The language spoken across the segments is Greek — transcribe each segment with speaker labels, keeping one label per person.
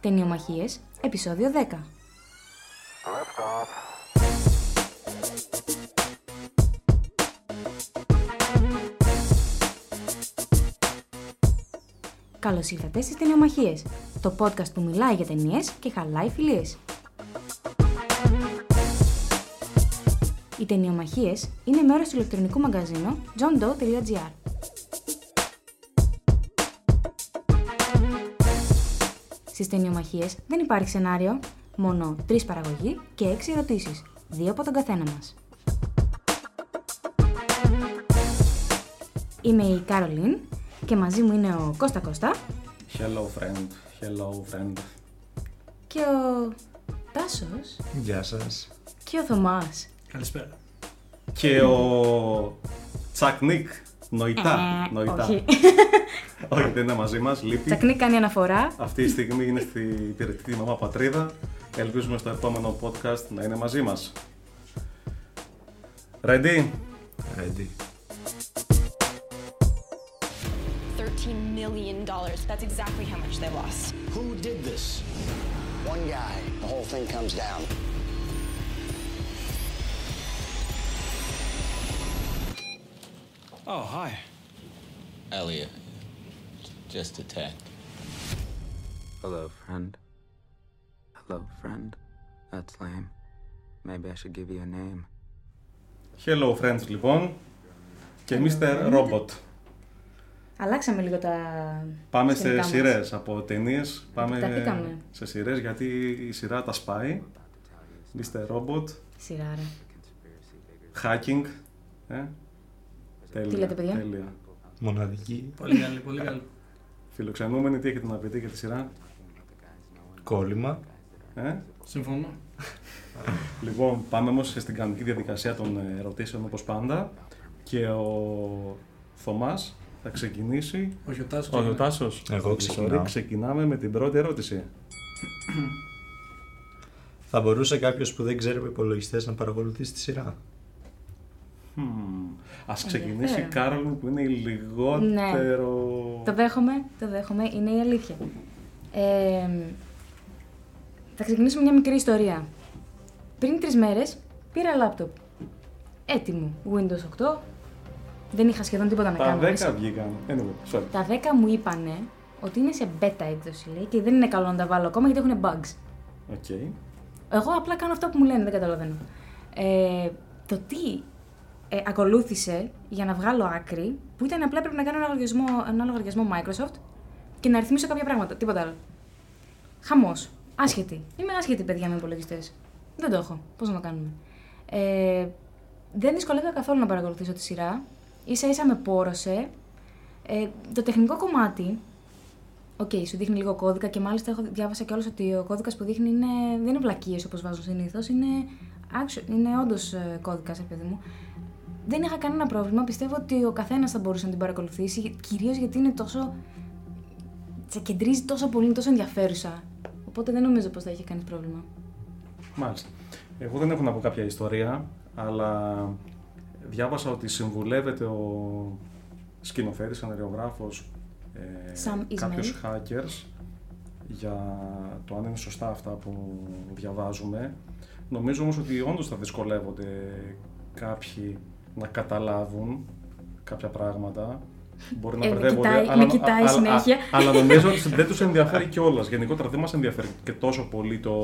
Speaker 1: Ταινιομαχίες, επεισόδιο 10. Καλώς ήρθατε στις Ταινιομαχίες, το podcast που μιλάει για ταινίες και χαλάει φιλίες. Οι Ταινιομαχίες είναι μέρος του ηλεκτρονικού μαγκαζίνου johndoe.gr. Στις ταινιομαχίες δεν υπάρχει σενάριο, μόνο τρεις παραγωγοί και έξι ερωτήσεις, δύο από τον καθένα μας. Είμαι η Κάρολιν και μαζί μου είναι ο Κώστα Κώστα
Speaker 2: Hello friend, hello friend.
Speaker 1: και ο Τάσος
Speaker 3: Γεια σας.
Speaker 1: και ο Θωμάς.
Speaker 4: Καλησπέρα.
Speaker 2: Και ο Τσακ Νικ, νοητά,
Speaker 1: Ε,
Speaker 2: νοητά.
Speaker 1: όχι.
Speaker 2: Όχι, δεν είναι μαζί μας, λείπει.
Speaker 1: Τσακνή κάνει αναφορά.
Speaker 2: Αυτή τη στιγμή είναι στην υπηρετική μαμά πατρίδα. Ελπίζουμε στο επόμενο podcast να είναι μαζί μας. Ready?
Speaker 3: Ready.
Speaker 5: 13 million dollars. That's exactly how much they lost.
Speaker 6: Who did this?
Speaker 7: One guy, the whole thing comes down.
Speaker 4: Oh, hi.
Speaker 8: Elliot just attacked.
Speaker 9: Hello, friend. Hello, friend. That's lame. Maybe I should give you a name.
Speaker 2: Hello friends λοιπόν. Και Mr. Robot.
Speaker 1: Αλλάξαμε λίγο τα.
Speaker 2: Πάμε
Speaker 1: σκηνικά
Speaker 2: σε
Speaker 1: μας.
Speaker 2: σειρές από ταινίες. Πάμε
Speaker 1: πήκαμε.
Speaker 2: σε σειρές γιατί η σειρά τα σπάει. Mr. Robot,
Speaker 1: Σειράρα.
Speaker 2: hacking. Ε? Τέλεια,
Speaker 1: Τι λέτε, παιδιά?
Speaker 2: τέλεια.
Speaker 3: Μοναδική.
Speaker 4: Πολύ καλό, πολύ καλό.
Speaker 2: Φιλοξενούμενοι, τι έχετε να πείτε για τη σειρά.
Speaker 3: Κόλλημα.
Speaker 2: Ε?
Speaker 4: Συμφωνώ.
Speaker 2: Λοιπόν, πάμε όμως στην κανονική διαδικασία των ε, ερωτήσεων όπως πάντα. Και ο Θωμάς θα ξεκινήσει.
Speaker 4: Όχι ο Τάσος.
Speaker 2: Ο Τάσος.
Speaker 3: Εγώ ξεκινάω.
Speaker 2: Ξεκινάμε με την πρώτη ερώτηση.
Speaker 3: Θα μπορούσε κάποιος που δεν ξέρει υπολογιστές να παρακολουθήσει τη σειρά.
Speaker 2: Ας ξεκινήσει η
Speaker 1: Ενδιαφέρον.
Speaker 2: Κάρολ που είναι η λιγότερο...
Speaker 1: Ναι. Το δέχομαι, το δέχομαι, είναι η αλήθεια. Ε, θα ξεκινήσουμε μια μικρή ιστορία. Πριν τρεις μέρες πήρα λάπτοπ. Έτοιμο. Windows 8. Δεν είχα σχεδόν τίποτα να
Speaker 2: Τα
Speaker 1: κάνω. μέσα.
Speaker 2: 10 βγήκαν. Anyway, sorry.
Speaker 1: Τα 10 μου είπανε ότι είναι σε beta έκδοση λέει και δεν είναι καλό να τα βάλω ακόμα γιατί έχουν bugs.
Speaker 2: Οκ.
Speaker 1: Εγώ απλά κάνω αυτό που μου λένε, δεν καταλαβαίνω. Ε, το τι ε, ακολούθησε για να βγάλω άκρη, που ήταν απλά πρέπει να κάνω ένα λογαριασμό, ένα λογαριασμό Microsoft και να ρυθμίσω κάποια πράγματα, τίποτα άλλο. Χαμός. Άσχετη. Είμαι άσχετη, παιδιά, με υπολογιστές. Δεν το έχω. Πώς να το κάνουμε. Ε, δεν δυσκολεύτηκα καθόλου να παρακολουθήσω τη σειρά. σα ίσα με πόρωσε. Ε, το τεχνικό κομμάτι Οκ, σου δείχνει λίγο κώδικα και μάλιστα έχω διάβασα κιόλας ότι ο κώδικας που δείχνει είναι, δεν είναι βλακίες όπως βάζουν συνήθως, είναι, action- είναι όντως κώδικα, παιδί μου. Δεν είχα κανένα πρόβλημα. Πιστεύω ότι ο καθένας θα μπορούσε να την παρακολουθήσει, κυρίως γιατί είναι τόσο. σε κεντρίζει τόσο πολύ, είναι τόσο ενδιαφέρουσα. Οπότε δεν νομίζω πως θα είχε κανείς πρόβλημα.
Speaker 2: Μάλιστα. Εγώ δεν έχω να πω κάποια ιστορία, αλλά διάβασα ότι συμβουλεύεται ο σκηνοθέτης, σεναριογράφος,
Speaker 1: Sam Ismail.
Speaker 2: ε, κάποιους hackers για το αν είναι σωστά αυτά που διαβάζουμε. Νομίζω όμως ότι όντως θα δυσκολεύονται κάποιοι να καταλάβουν κάποια πράγματα. Μπορεί να
Speaker 1: Ε, με
Speaker 2: μπερδεύονται,
Speaker 1: κοιτάει-
Speaker 2: αλλά,
Speaker 1: με
Speaker 2: νο-
Speaker 1: κοιτάει
Speaker 2: αλλά-
Speaker 1: συνέχεια.
Speaker 2: αλλά νομίζω ότι δεν τους ενδιαφέρει κιόλας. Γενικότερα δεν μας ενδιαφέρει και τόσο πολύ το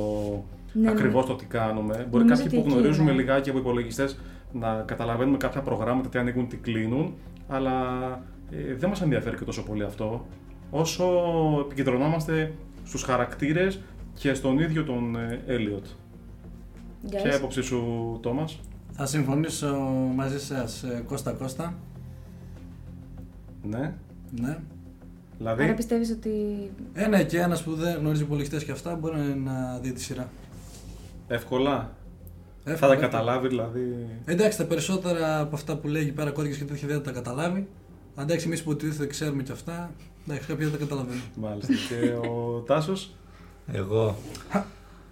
Speaker 1: Ναι, ναι.
Speaker 2: ακριβώς το τι κάνουμε. Μπορεί
Speaker 1: Νομίζω
Speaker 2: κάποιοι
Speaker 1: ότι
Speaker 2: που
Speaker 1: εκεί
Speaker 2: γνωρίζουμε
Speaker 1: είναι.
Speaker 2: λιγάκι από υπολογιστές να καταλαβαίνουμε κάποια προγράμματα, τι ανοίγουν, τι κλείνουν. Αλλά ε, δεν μας ενδιαφέρει και τόσο πολύ αυτό. Όσο επικεντρωνόμαστε στους χαρακτήρες και στον ίδιο τον Έλιοτ.
Speaker 1: Guys,
Speaker 2: Ποια άποψη σου, Τόμας.
Speaker 4: Θα συμφωνήσω μαζί σας, ε, Κώστα Κώστα.
Speaker 2: Ναι.
Speaker 4: Ναι.
Speaker 2: Δηλαδή,
Speaker 1: Άρα πιστεύεις ότι.
Speaker 4: Ε, ναι, και ένας που δεν γνωρίζει υπολογιστές και αυτά μπορεί να δει τη σειρά.
Speaker 2: εύκολα. Θα
Speaker 4: Εύκολα,
Speaker 2: τα
Speaker 4: εύκολα.
Speaker 2: καταλάβει, δηλαδή.
Speaker 4: Εντάξει, τα περισσότερα από αυτά που λέει εκεί πέρα κώδικες και τέτοια δεν τα καταλάβει. Εντάξει, εμείς που υποτίθεται ξέρουμε και αυτά. Εντάξει, κάποια δεν τα καταλαβαίνουμε.
Speaker 2: Μάλιστα. και ο Τάσος.
Speaker 3: Εγώ.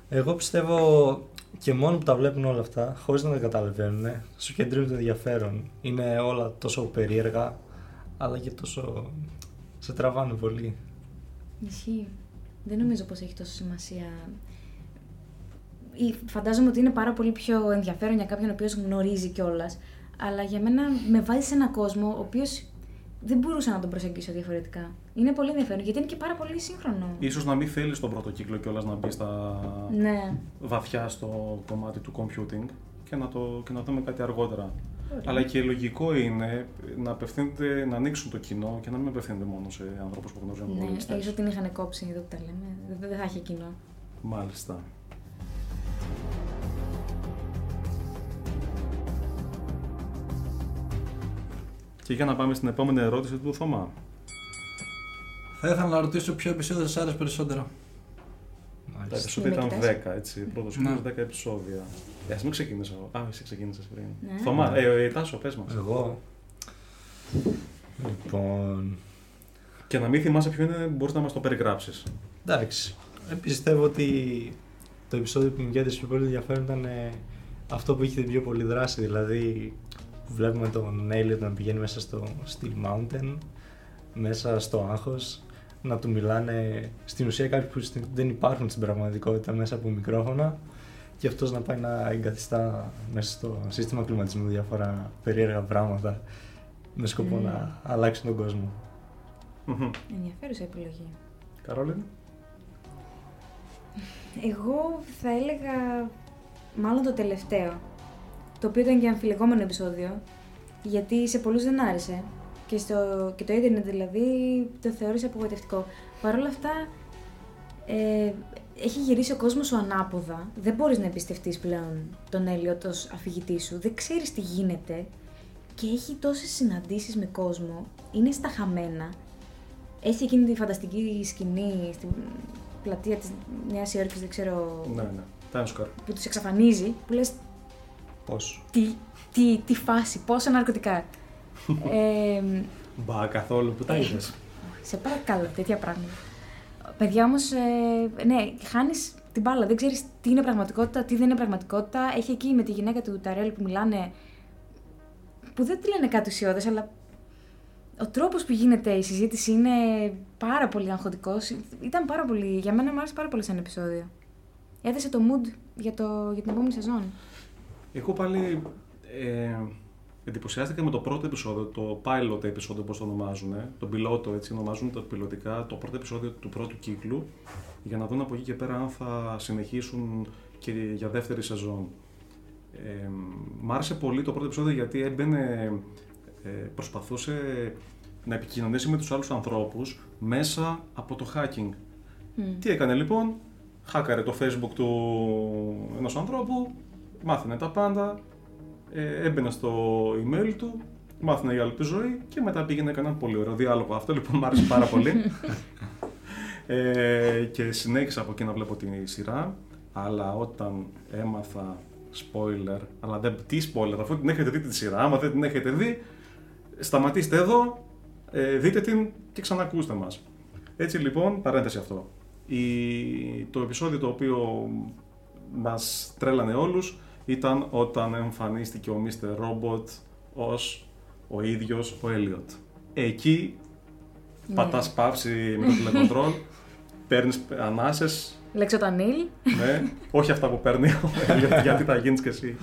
Speaker 3: Εγώ πιστεύω και μόνο που τα βλέπουν όλα αυτά, χωρίς να τα καταλαβαίνουν, σου κεντρίζουν το ενδιαφέρον. Είναι όλα τόσο περίεργα, αλλά και τόσο. σε τραβάνε πολύ.
Speaker 1: Ισχύει. Δεν νομίζω πως έχει τόσο σημασία. Ή Φαντάζομαι ότι είναι πάρα πολύ πιο ενδιαφέρον για κάποιον ο οποίος γνωρίζει κιόλας. Αλλά για μένα με βάζει σε έναν κόσμο ο οποίος δεν μπορούσα να τον προσεγγίσω διαφορετικά. Είναι πολύ ενδιαφέρον γιατί είναι και πάρα πολύ σύγχρονο.
Speaker 2: Ίσως να μην θέλεις τον πρώτο κύκλο κιόλας να μπει στα
Speaker 1: Ναι.
Speaker 2: βαθιά στο κομμάτι του computing και να το, και να δούμε κάτι αργότερα. Αλλά και λογικό είναι να απευθύνεται, να ανοίξουν το κοινό και να μην απευθύνεται μόνο σε ανθρώπους που γνωρίζουν
Speaker 1: Ναι,
Speaker 2: υπολογιστές.
Speaker 1: ίσως την είχαν κόψει εδώ που τα λέμε. Δεν- Δεν θα είχε κοινό.
Speaker 2: Μάλιστα. Και για να πάμε στην επόμενη ερώτηση του Θωμά.
Speaker 4: Θα ήθελα να ρωτήσω ποιο επεισόδιο σας άρεσε περισσότερο.
Speaker 2: Τα
Speaker 3: Μάλιστα.
Speaker 2: επεισόδια
Speaker 1: Με
Speaker 2: ήταν
Speaker 1: κοιτάς.
Speaker 2: 10, έτσι. Πρώτος
Speaker 4: Ναι.
Speaker 2: κύκλο 10 επεισόδια. Ε, ας μην ξεκινήσω. Α, εσύ ξεκίνησες πριν.
Speaker 1: Ναι.
Speaker 2: Θωμά, ε, ε, Τάσο, πες μας.
Speaker 3: Εγώ. Λοιπόν.
Speaker 2: Και να μην θυμάσαι ποιο είναι, μπορείς να μας το περιγράψεις.
Speaker 3: Εντάξει. Ε, Πιστεύω ότι το επεισόδιο που μου κέρδισε πιο πολύ ενδιαφέρον ήταν ε, αυτό που είχε την πιο πολύ δράση. Δηλαδή, που βλέπουμε τον Elliot να πηγαίνει μέσα στο Steel Mountain, μέσα στο άγχος, να του μιλάνε στην ουσία κάποιοι που στην- δεν υπάρχουν στην πραγματικότητα μέσα από μικρόφωνα και αυτός να πάει να εγκαθιστά μέσα στο σύστημα κλιματισμού διάφορα περίεργα πράγματα με σκοπό
Speaker 1: Mm.
Speaker 3: να αλλάξει τον κόσμο.
Speaker 1: Ενδιαφέρουσα επιλογή.
Speaker 2: Καρόλιν.
Speaker 1: Εγώ θα έλεγα μάλλον το τελευταίο, το οποίο ήταν και αμφιλεγόμενο επεισόδιο, γιατί σε πολλούς δεν άρεσε και, στο, και το ίντερνετ δηλαδή το θεώρησε απογοητευτικό. Παρ' όλα αυτά, ε, έχει γυρίσει ο κόσμος σου ανάποδα, δεν μπορείς να εμπιστευτείς πλέον τον Έλιο ως αφηγητή σου, δεν ξέρεις τι γίνεται και έχει τόσες συναντήσεις με κόσμο, είναι στα χαμένα έχει εκείνη τη φανταστική σκηνή στην πλατεία της Νέας Υόρκης, δεν ξέρω,
Speaker 2: Ναι, ναι. Τάνσκαρ.
Speaker 1: που τους εξαφανίζει, που λες
Speaker 3: Πώς.
Speaker 1: τι, τι, τι φάση, πόσα ναρκωτικά. ε,
Speaker 2: Μπα καθόλου που τα είδες.
Speaker 1: σε παρακαλώ, τέτοια πράγματα. Παιδιά όμως, ε, ναι, χάνεις την μπάλα, δεν ξέρεις τι είναι πραγματικότητα, τι δεν είναι πραγματικότητα. Έχει εκεί με τη γυναίκα του Ταρέλ που μιλάνε, που δεν τη λένε κάτι ουσιώδες, αλλά ο τρόπος που γίνεται η συζήτηση είναι πάρα πολύ αγχωτικός. Ήταν πάρα πολύ, για μένα μου άρεσε πάρα πολύ σαν επεισόδιο. Έθεσε το mood για, το, για την επόμενη σεζόν.
Speaker 2: Εγώ πάλι ε, εντυπωσιάστηκα με το πρώτο επεισόδιο, το pilot επεισόδιο όπως το ονομάζουν, τον πιλότο έτσι ονομάζουν τα πιλωτικά, το πρώτο επεισόδιο του πρώτου κύκλου, για να δουν από εκεί και πέρα αν θα συνεχίσουν και για δεύτερη σεζόν. Ε, μ' άρεσε πολύ το πρώτο επεισόδιο γιατί έμπαινε, ε, προσπαθούσε να επικοινωνήσει με τους άλλους ανθρώπους μέσα από το hacking. Τι έκανε λοιπόν, χάκαρε το facebook του ενός ανθρώπου, μάθαινε τα πάντα, ε, έμπαινε στο email του, μάθαινε για άλλη τη ζωή και μετά πήγαινε να έκανε ένα πολύ ωραίο διάλογο. Αυτό λοιπόν μου άρεσε πάρα πολύ. ε, και συνέχισα από εκεί να βλέπω τη σειρά, αλλά όταν έμαθα spoiler, αλλά δεν, τι spoiler, αφού την έχετε δει τη σειρά, άμα δεν την έχετε δει, σταματήστε εδώ, ε, δείτε την και ξανακούστε μας. Έτσι λοιπόν, παρένθεση αυτό. Η, το επεισόδιο το οποίο μας τρέλανε όλους ήταν όταν εμφανίστηκε ο Mr. Robot ως ο ίδιος ο Elliot. Εκεί
Speaker 1: Ναι.
Speaker 2: πατάς παύση με το τηλεκοντρόλ, παίρνεις ανάσες,
Speaker 1: Λεξοτανίλ,
Speaker 2: ναι, όχι αυτά που παίρνει ο Elliot, γιατί θα γίνεις και εσύ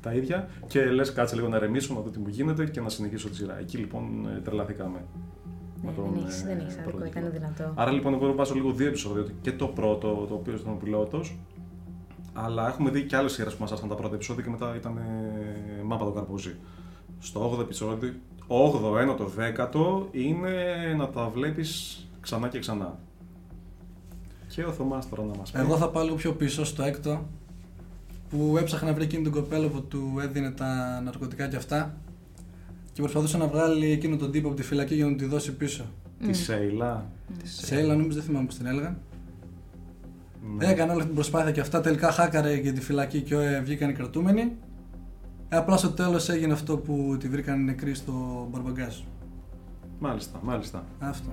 Speaker 2: τα ίδια και λες κάτσε λίγο να ρεμίσω, να δω τι μου γίνεται και να συνεχίσω τη σειρά. Εκεί λοιπόν ε, τρελαθήκαμε.
Speaker 1: Ναι,
Speaker 2: με
Speaker 1: δεν
Speaker 2: τον,
Speaker 1: έχεις-
Speaker 2: ε,
Speaker 1: δεν έχεις άδικο,
Speaker 2: πρώτο
Speaker 1: ήταν
Speaker 2: κύκλο.
Speaker 1: δυνατό.
Speaker 2: Άρα λοιπόν, εγώ βάζω λίγο δύο επεισόδια. ότι Και το πρώτο, το οποίο ήταν ο πιλότος. Αλλά έχουμε δει και άλλες σειρές που μας άρεσαν τα πρώτα επεισόδια και μετά ήταν ε, μάπα το καρπούζι. Στο 8ο επεισόδιο, 8ο, 9ο, 10ο είναι να τα βλέπεις ξανά και ξανά. Και ο Θωμάς τώρα να μας πει.
Speaker 4: Εγώ θα πάω λίγο πιο πίσω στο έκτο που έψαχνα να βρει εκείνη την κοπέλα που του έδινε τα ναρκωτικά και αυτά και προσπαθούσε να βγάλει εκείνο τον τύπο από τη φυλακή για να του τη δώσει πίσω.
Speaker 2: Τη Σέιλα.
Speaker 4: Σε έλα, νομίζω δεν θυμάμαι πώς την έλεγαν.
Speaker 2: Ναι.
Speaker 4: Έκανε όλη αυτή την προσπάθεια και αυτά. Τελικά χάκαρε και τη φυλακή και ε, βγήκαν οι κρατούμενοι. Ε, απλά στο τέλος έγινε αυτό που τη βρήκαν νεκρή στο Μπορμπαγκάζ.
Speaker 2: Μάλιστα, μάλιστα.
Speaker 4: Αυτό.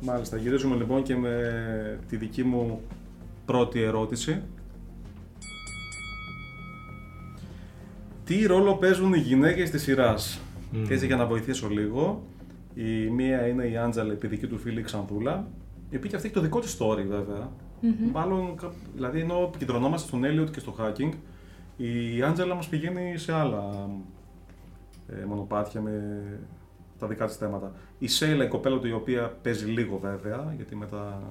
Speaker 2: Μάλιστα, γυρίζουμε λοιπόν και με τη δική μου πρώτη ερώτηση. Τι ρόλο παίζουν οι γυναίκες της σειράς. Και έτσι για να βοηθήσω λίγο, η μία είναι η Άντζελ, επειδή δική του φίλη η Ξανθούλα, η οποία και αυτή έχει το δικό της story βεβαια Μάλλον, κα- δηλαδή ενώ επικεντρωνόμαστε στον Elliot και στο hacking, η Άντζελα μας πηγαίνει σε άλλα ε, μονοπάτια με τα δικά της θέματα. Η Σέιλα, η κοπέλα του, η οποία παίζει λίγο βέβαια, γιατί μετά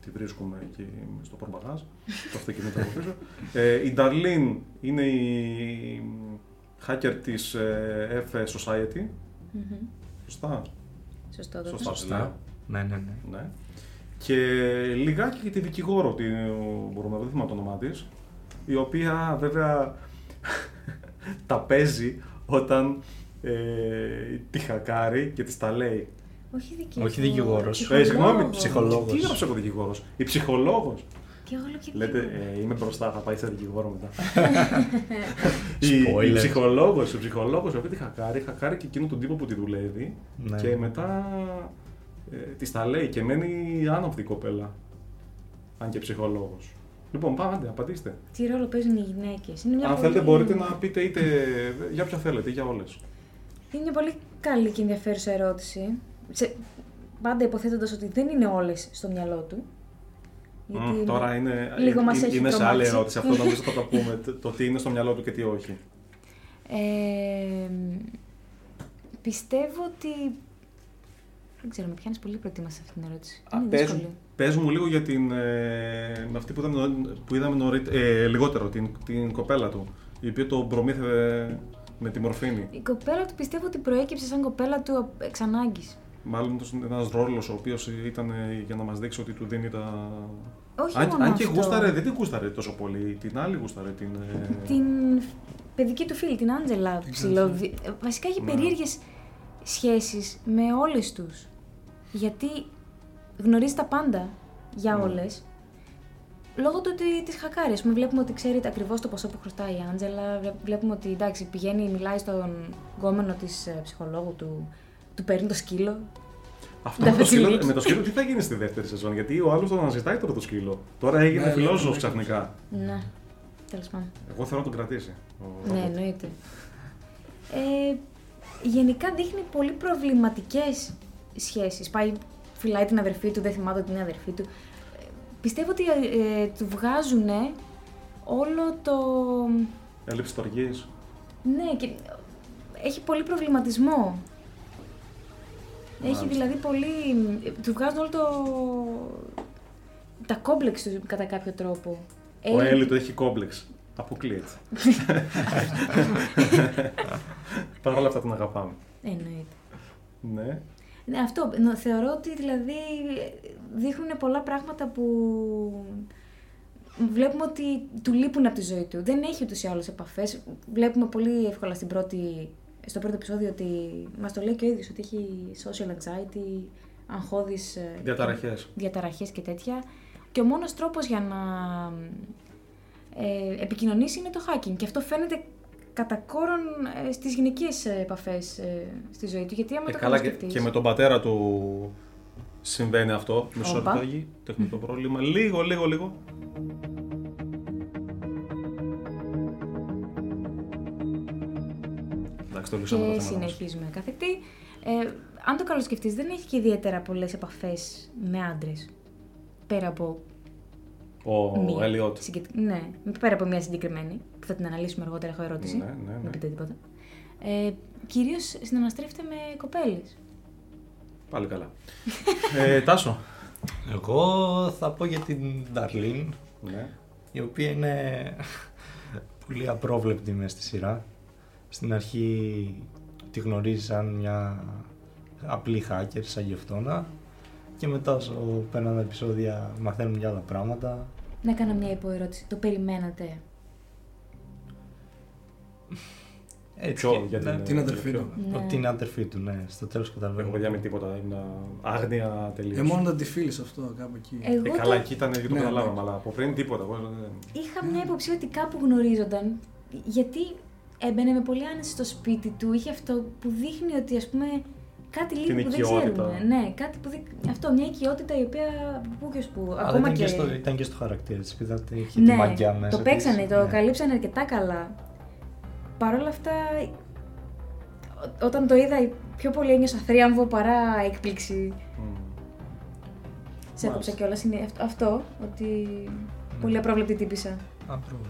Speaker 2: τη βρίσκουμε εκεί στο πορμπαγάζ, το αυτοκίνητο από πίσω. Ε, η Νταρλίν είναι η hacker της ε, F Society. Σωστά.
Speaker 1: Σωστό τότε.
Speaker 2: Σωστά. Σωστά.
Speaker 3: Ναι, ναι, ναι.
Speaker 2: Ναι. Και λιγάκι για τη δικηγόρο, την, μπορούμε να θυμάμαι το όνομά της, η οποία βέβαια τα παίζει όταν ε, τη χακάρει και της τα λέει.
Speaker 1: Όχι δικηγόρο.
Speaker 3: Όχι δικηγόρος.
Speaker 2: Ε, συγγνώμη,
Speaker 3: ψυχολόγος.
Speaker 2: Τι έγραψε εγώ δικηγόρος. Η ψυχολόγος.
Speaker 1: Και εγώ λέω και
Speaker 2: Λέτε,
Speaker 1: δικηγόρος.
Speaker 2: ε, είμαι μπροστά, θα πάει σε δικηγόρο μετά. η, η
Speaker 3: Spoiler.
Speaker 2: ψυχολόγος, ο ψυχολόγος, η οποία τη χακάρει, χακάρει και εκείνο τον τύπο που τη δουλεύει
Speaker 3: Ναι.
Speaker 2: και μετά ε, της τα λέει και μένει άνοπτη η κοπέλα, αν και ψυχολόγος. Λοιπόν, πάμε, απαντήστε.
Speaker 1: Τι ρόλο παίζουν οι γυναίκες. Είναι μια
Speaker 2: αν
Speaker 1: πολύ-
Speaker 2: θέλετε μπορείτε να πείτε είτε για ποια θέλετε, ή για όλες.
Speaker 1: Είναι μια πολύ καλή και ενδιαφέρουσα ερώτηση. Σε... Πάντα υποθέτοντας ότι δεν είναι όλες στο μυαλό του.
Speaker 2: Μμ,
Speaker 1: είναι-
Speaker 2: τώρα είναι,
Speaker 1: λίγο
Speaker 2: ε,
Speaker 1: μας
Speaker 2: ε,
Speaker 1: έχει
Speaker 2: είναι σε άλλη
Speaker 1: τρομάξει.
Speaker 2: ερώτηση, αυτό νομίζω θα το πούμε, το- το τι είναι στο μυαλό του και τι όχι.
Speaker 1: Ε, πιστεύω ότι. Δεν ξέρω, με πιάνεις πολύ προετοίμαση σε αυτή την ερώτηση.
Speaker 2: Α,
Speaker 1: είναι
Speaker 2: πες,
Speaker 1: δύσκολη.
Speaker 2: πες μου λίγο για την. Ε, με αυτή που, ήταν, νωρί- που είδαμε νωρίτερα, ε, λιγότερο, την, την κοπέλα του. Η οποία το προμήθευε με τη μορφήνη.
Speaker 1: Η κοπέλα του πιστεύω ότι προέκυψε σαν κοπέλα του εξ ανάγκης.
Speaker 2: Μάλλον ένας ρόλος ο οποίος ήταν ε, για να μας δείξει ότι του δίνει τα.
Speaker 1: Όχι
Speaker 2: αν,
Speaker 1: μόνο
Speaker 2: αν και
Speaker 1: αυτό.
Speaker 2: γούσταρε, δεν την γούσταρε τόσο πολύ. Την άλλη γούσταρε. Την, ε,
Speaker 1: Την παιδική του φίλη, την Άντζελα. Ψηλό... ε, Βασικά έχει
Speaker 2: Ναι.
Speaker 1: περίεργες σχέσεις με όλες τους. Γιατί γνωρίζει τα πάντα για
Speaker 2: Ναι.
Speaker 1: όλες. Λόγω του ότι τη χακάρει, ας πούμε, βλέπουμε ότι ξέρει ακριβώς το ποσό που χρωστάει η Άντζελα. βλέ- Βλέπουμε ότι εντάξει, πηγαίνει, μιλάει στον γκόμενο τη ψυχολόγου του, του παίρνει το σκύλο.
Speaker 2: Αυτό
Speaker 1: τα
Speaker 2: με το, σκύλο,
Speaker 1: βασιλίκη.
Speaker 2: με το σκύλο τι θα γίνει στη δεύτερη σεζόν. Γιατί ο άλλος τον αναζητάει τώρα το σκύλο. Τώρα έγινε
Speaker 4: Ναι,
Speaker 2: φιλόζωο
Speaker 4: ναι.
Speaker 2: ξαφνικά.
Speaker 1: Ναι, τέλος πάντων.
Speaker 2: Εγώ θέλω να τον κρατήσει. ο
Speaker 1: Ναι,
Speaker 2: Ρόμπερτ.
Speaker 1: εννοείται. Ε, γενικά δείχνει πολύ προβληματικές σχέσεις. Πάει, φυλάει την αδερφή του, δεν θυμάται την αδερφή του. Ε, πιστεύω ότι ε, του βγάζουν όλο το...
Speaker 2: Έλλειψη τοργή.
Speaker 1: Ναι, και έχει πολύ προβληματισμό. Έχει δηλαδή πολύ... Του βγάζουν όλο το... Τα κόμπλεξ του κατά κάποιο τρόπο. Ε,
Speaker 2: Ο
Speaker 1: Έλλη-
Speaker 2: Έλλη το έχει κόμπλεξ. Αποκλείεται. Παρ' όλα αυτά τον αγαπάμε.
Speaker 1: Εννοείται.
Speaker 2: Ναι.
Speaker 1: Ναι, αυτό. Νο- Θεωρώ ότι δηλαδή δείχνουν πολλά πράγματα που βλέπουμε ότι του λείπουν από τη ζωή του. Δεν έχει ούτως ή άλλως επαφές. Βλέπουμε πολύ εύκολα στην πρώτη, στο πρώτο επεισόδιο ότι μας το λέει και ο ίδιος ότι έχει social anxiety, αγχώδεις ε,
Speaker 2: Διαταραχές.
Speaker 1: διαταραχές και τέτοια. Και ο μόνος τρόπος για να ε, επικοινωνήσει είναι το hacking. Και αυτό φαίνεται κατά κόρον ε, στις γυναικείες ε, επαφές ε, στη ζωή του. Γιατί άμα
Speaker 2: Ε,
Speaker 1: το
Speaker 2: καλά και,
Speaker 1: καλοσκεφτείς-
Speaker 2: και με τον πατέρα του συμβαίνει αυτό. Μισό
Speaker 1: Όπα.
Speaker 2: λεπτό Γη. τεχνικό πρόβλημα. Λίγο, λίγο, λίγο. Εντάξει, το λύσαμε το
Speaker 1: Και
Speaker 2: θέμα μας.
Speaker 1: συνεχίζουμε καθετή. Ε, αν το καλοσκεφτείς, δεν έχει και ιδιαίτερα πολλές επαφές με άντρες. Πέρα από
Speaker 2: Ο
Speaker 1: μία.
Speaker 2: Έλιοτ.
Speaker 1: συγκεκ- Ναι, πέρα από μία συγκεκριμένη, που θα την αναλύσουμε αργότερα, έχω ερώτηση.
Speaker 2: Ναι, ναι, ναι.
Speaker 1: Μην πείτε τίποτα. Ε, κυρίως συναναστρέφεται με κοπέλες.
Speaker 2: Πάλι καλά. ε, Τάσο.
Speaker 3: Εγώ θα πω για την Νταρλίν,
Speaker 2: Ναι.
Speaker 3: η οποία είναι πολύ απρόβλεπτη μέσα στη σειρά. Στην αρχή τη γνωρίζεις σαν μια απλή hacker, σαν γευτόνα και μετά όσο περνάνε επεισόδια μαθαίνουμε για άλλα πράγματα.
Speaker 1: Να κάνω μια υποερώτηση. Το περιμένατε.
Speaker 3: Έτσι,
Speaker 2: Ποιο, για
Speaker 3: ναι,
Speaker 2: την,
Speaker 4: την αδερφή
Speaker 2: ποιο.
Speaker 4: του.
Speaker 1: Ναι.
Speaker 3: Ότι είναι αδερφή του, ναι. Στο τέλος
Speaker 2: Εγώ
Speaker 3: καταλαβαίνω.
Speaker 2: δεν με τίποτα. Είναι άγνοια τελείως.
Speaker 4: Ε, μόνο να τη φίλη αυτό κάπου εκεί.
Speaker 1: Εγώ
Speaker 2: Ε,
Speaker 1: το-
Speaker 2: καλά, εκεί ήταν γιατί το
Speaker 4: Ναι,
Speaker 2: καταλάβαμε,
Speaker 4: ναι.
Speaker 2: αλλά από πριν τίποτα. Εγώ, ε,
Speaker 1: Είχα μια υποψία ότι κάπου γνωρίζονταν. Γιατί έμπαινε με πολύ άνεση στο σπίτι του, είχε αυτό που δείχνει ότι ας πούμε κάτι λίγο που δεν
Speaker 2: οικειότητα.
Speaker 1: ξέρουμε. Ναι, κάτι που δεν... Αυτό, μια οικειότητα η οποία από πού και ως πού.
Speaker 3: Αλλά
Speaker 1: Ακόμα
Speaker 3: ήταν,
Speaker 1: και...
Speaker 3: και... στο, ήταν και στο χαρακτήρα της, επειδή ήταν- είχε τη
Speaker 1: ναι,
Speaker 3: μαγιά μέσα Ναι.
Speaker 1: το παίξανε,
Speaker 3: της.
Speaker 1: το
Speaker 3: Ναι.
Speaker 1: καλύψανε αρκετά καλά. Παρ' όλα αυτά, ό- όταν το είδα, πιο πολύ ένιωσα θρίαμβο παρά έκπληξη. Σε έκοψα κιόλας. Είναι αυτό, αυτό, ότι
Speaker 3: Ναι.
Speaker 1: πολύ απρόβλεπτη τύπησα.
Speaker 3: Απρόβλεπτη.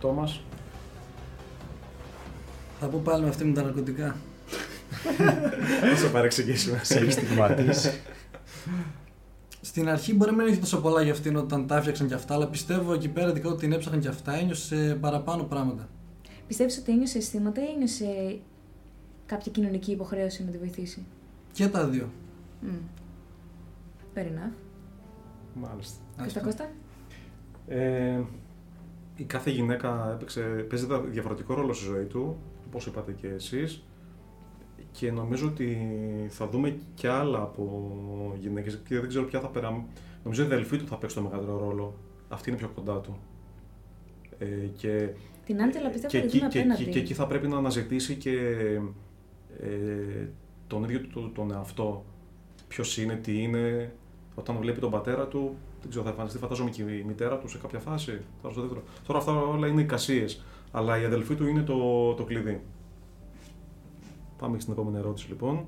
Speaker 2: Τόμας,
Speaker 4: Θα πω πάλι με αυτή με τα ναρκωτικά.
Speaker 2: θα σε παρεξηγήσουμε.
Speaker 3: Σε έχει στιγματίσει.
Speaker 4: Στην αρχή μπορεί να μην έχει τόσο πολλά για αυτήν όταν τα έφτιαξαν κι αυτά, αλλά πιστεύω εκεί πέρα ειδικά ότι την έψαχναν κι αυτά, ένιωσε παραπάνω πράγματα.
Speaker 1: Πιστεύεις ότι ένιωσε αισθήματα ή ένιωσε κάποια κοινωνική υποχρέωση να τη βοηθήσει.
Speaker 4: Και τα δύο.
Speaker 1: Mm. Fair enough.
Speaker 2: Μάλιστα.
Speaker 1: Κώστα
Speaker 4: Άστα.
Speaker 1: Κώστα.
Speaker 2: Ε, η κάθε γυναίκα έπαιξε, παίζει δα- διαφορετικό ρόλο στη ζωή του, όπως είπατε και εσείς. Και νομίζω ότι θα δούμε κι άλλα από γυναίκες και δεν ξέρω ποια θα περάμε. Νομίζω η αδελφή του θα παίξει το μεγαλύτερο ρόλο. Αυτή είναι πιο κοντά του. Ε, και
Speaker 1: Την Άντζελα πιστεύω
Speaker 2: και
Speaker 1: ότι
Speaker 2: εκεί,
Speaker 1: δούμε
Speaker 2: και,
Speaker 1: απέναντι.
Speaker 2: εκεί- και εκεί θα πρέπει να αναζητήσει και ε, τον ίδιο του τον εαυτό. Ποιος είναι, τι είναι. Όταν βλέπει τον πατέρα του, δεν ξέρω, θα εμφανιστεί φαντάζομαι και η μητέρα του σε κάποια φάση. Τώρα, στο δεύτερο. Τώρα αυτά όλα είναι εικασίες. Αλλά η αδελφή του είναι το, το κλειδί. Πάμε στην επόμενη ερώτηση λοιπόν.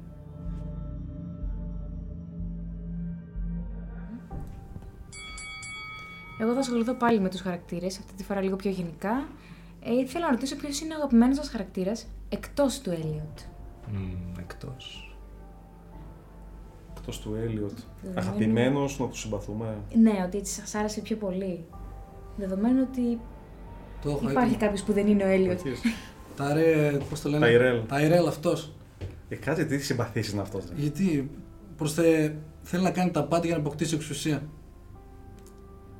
Speaker 1: Εγώ θα ασχοληθώ πάλι με τους χαρακτήρες, αυτή τη φορά λίγο πιο γενικά. Ε, ήθελα να ρωτήσω ποιος είναι ο αγαπημένος σας χαρακτήρας εκτός του Έλιοντ.
Speaker 3: Μμμ, εκτός.
Speaker 2: Εκτός του Έλιοτ.
Speaker 1: Δεδομένου-
Speaker 2: Αγαπημένος, να τους συμπαθούμε.
Speaker 1: Ναι, ότι έτσι σας άρεσε πιο πολύ. Δεδομένου ότι
Speaker 4: Το
Speaker 2: ε,
Speaker 4: έχω
Speaker 1: υπάρχει
Speaker 4: έτοιμο.
Speaker 1: κάποιος που δεν είναι ο Έλιοντ.
Speaker 2: Αρχίζει.
Speaker 4: Τα ρε, πώς το λένε.
Speaker 2: Τα Ιρέλ.
Speaker 4: Τα Ιρέλ αυτός.
Speaker 2: Ε, κάτσε τι συμπαθή είναι αυτός.
Speaker 4: Γιατί προστε... θέλει να κάνει τα πάντα για να αποκτήσει εξουσία.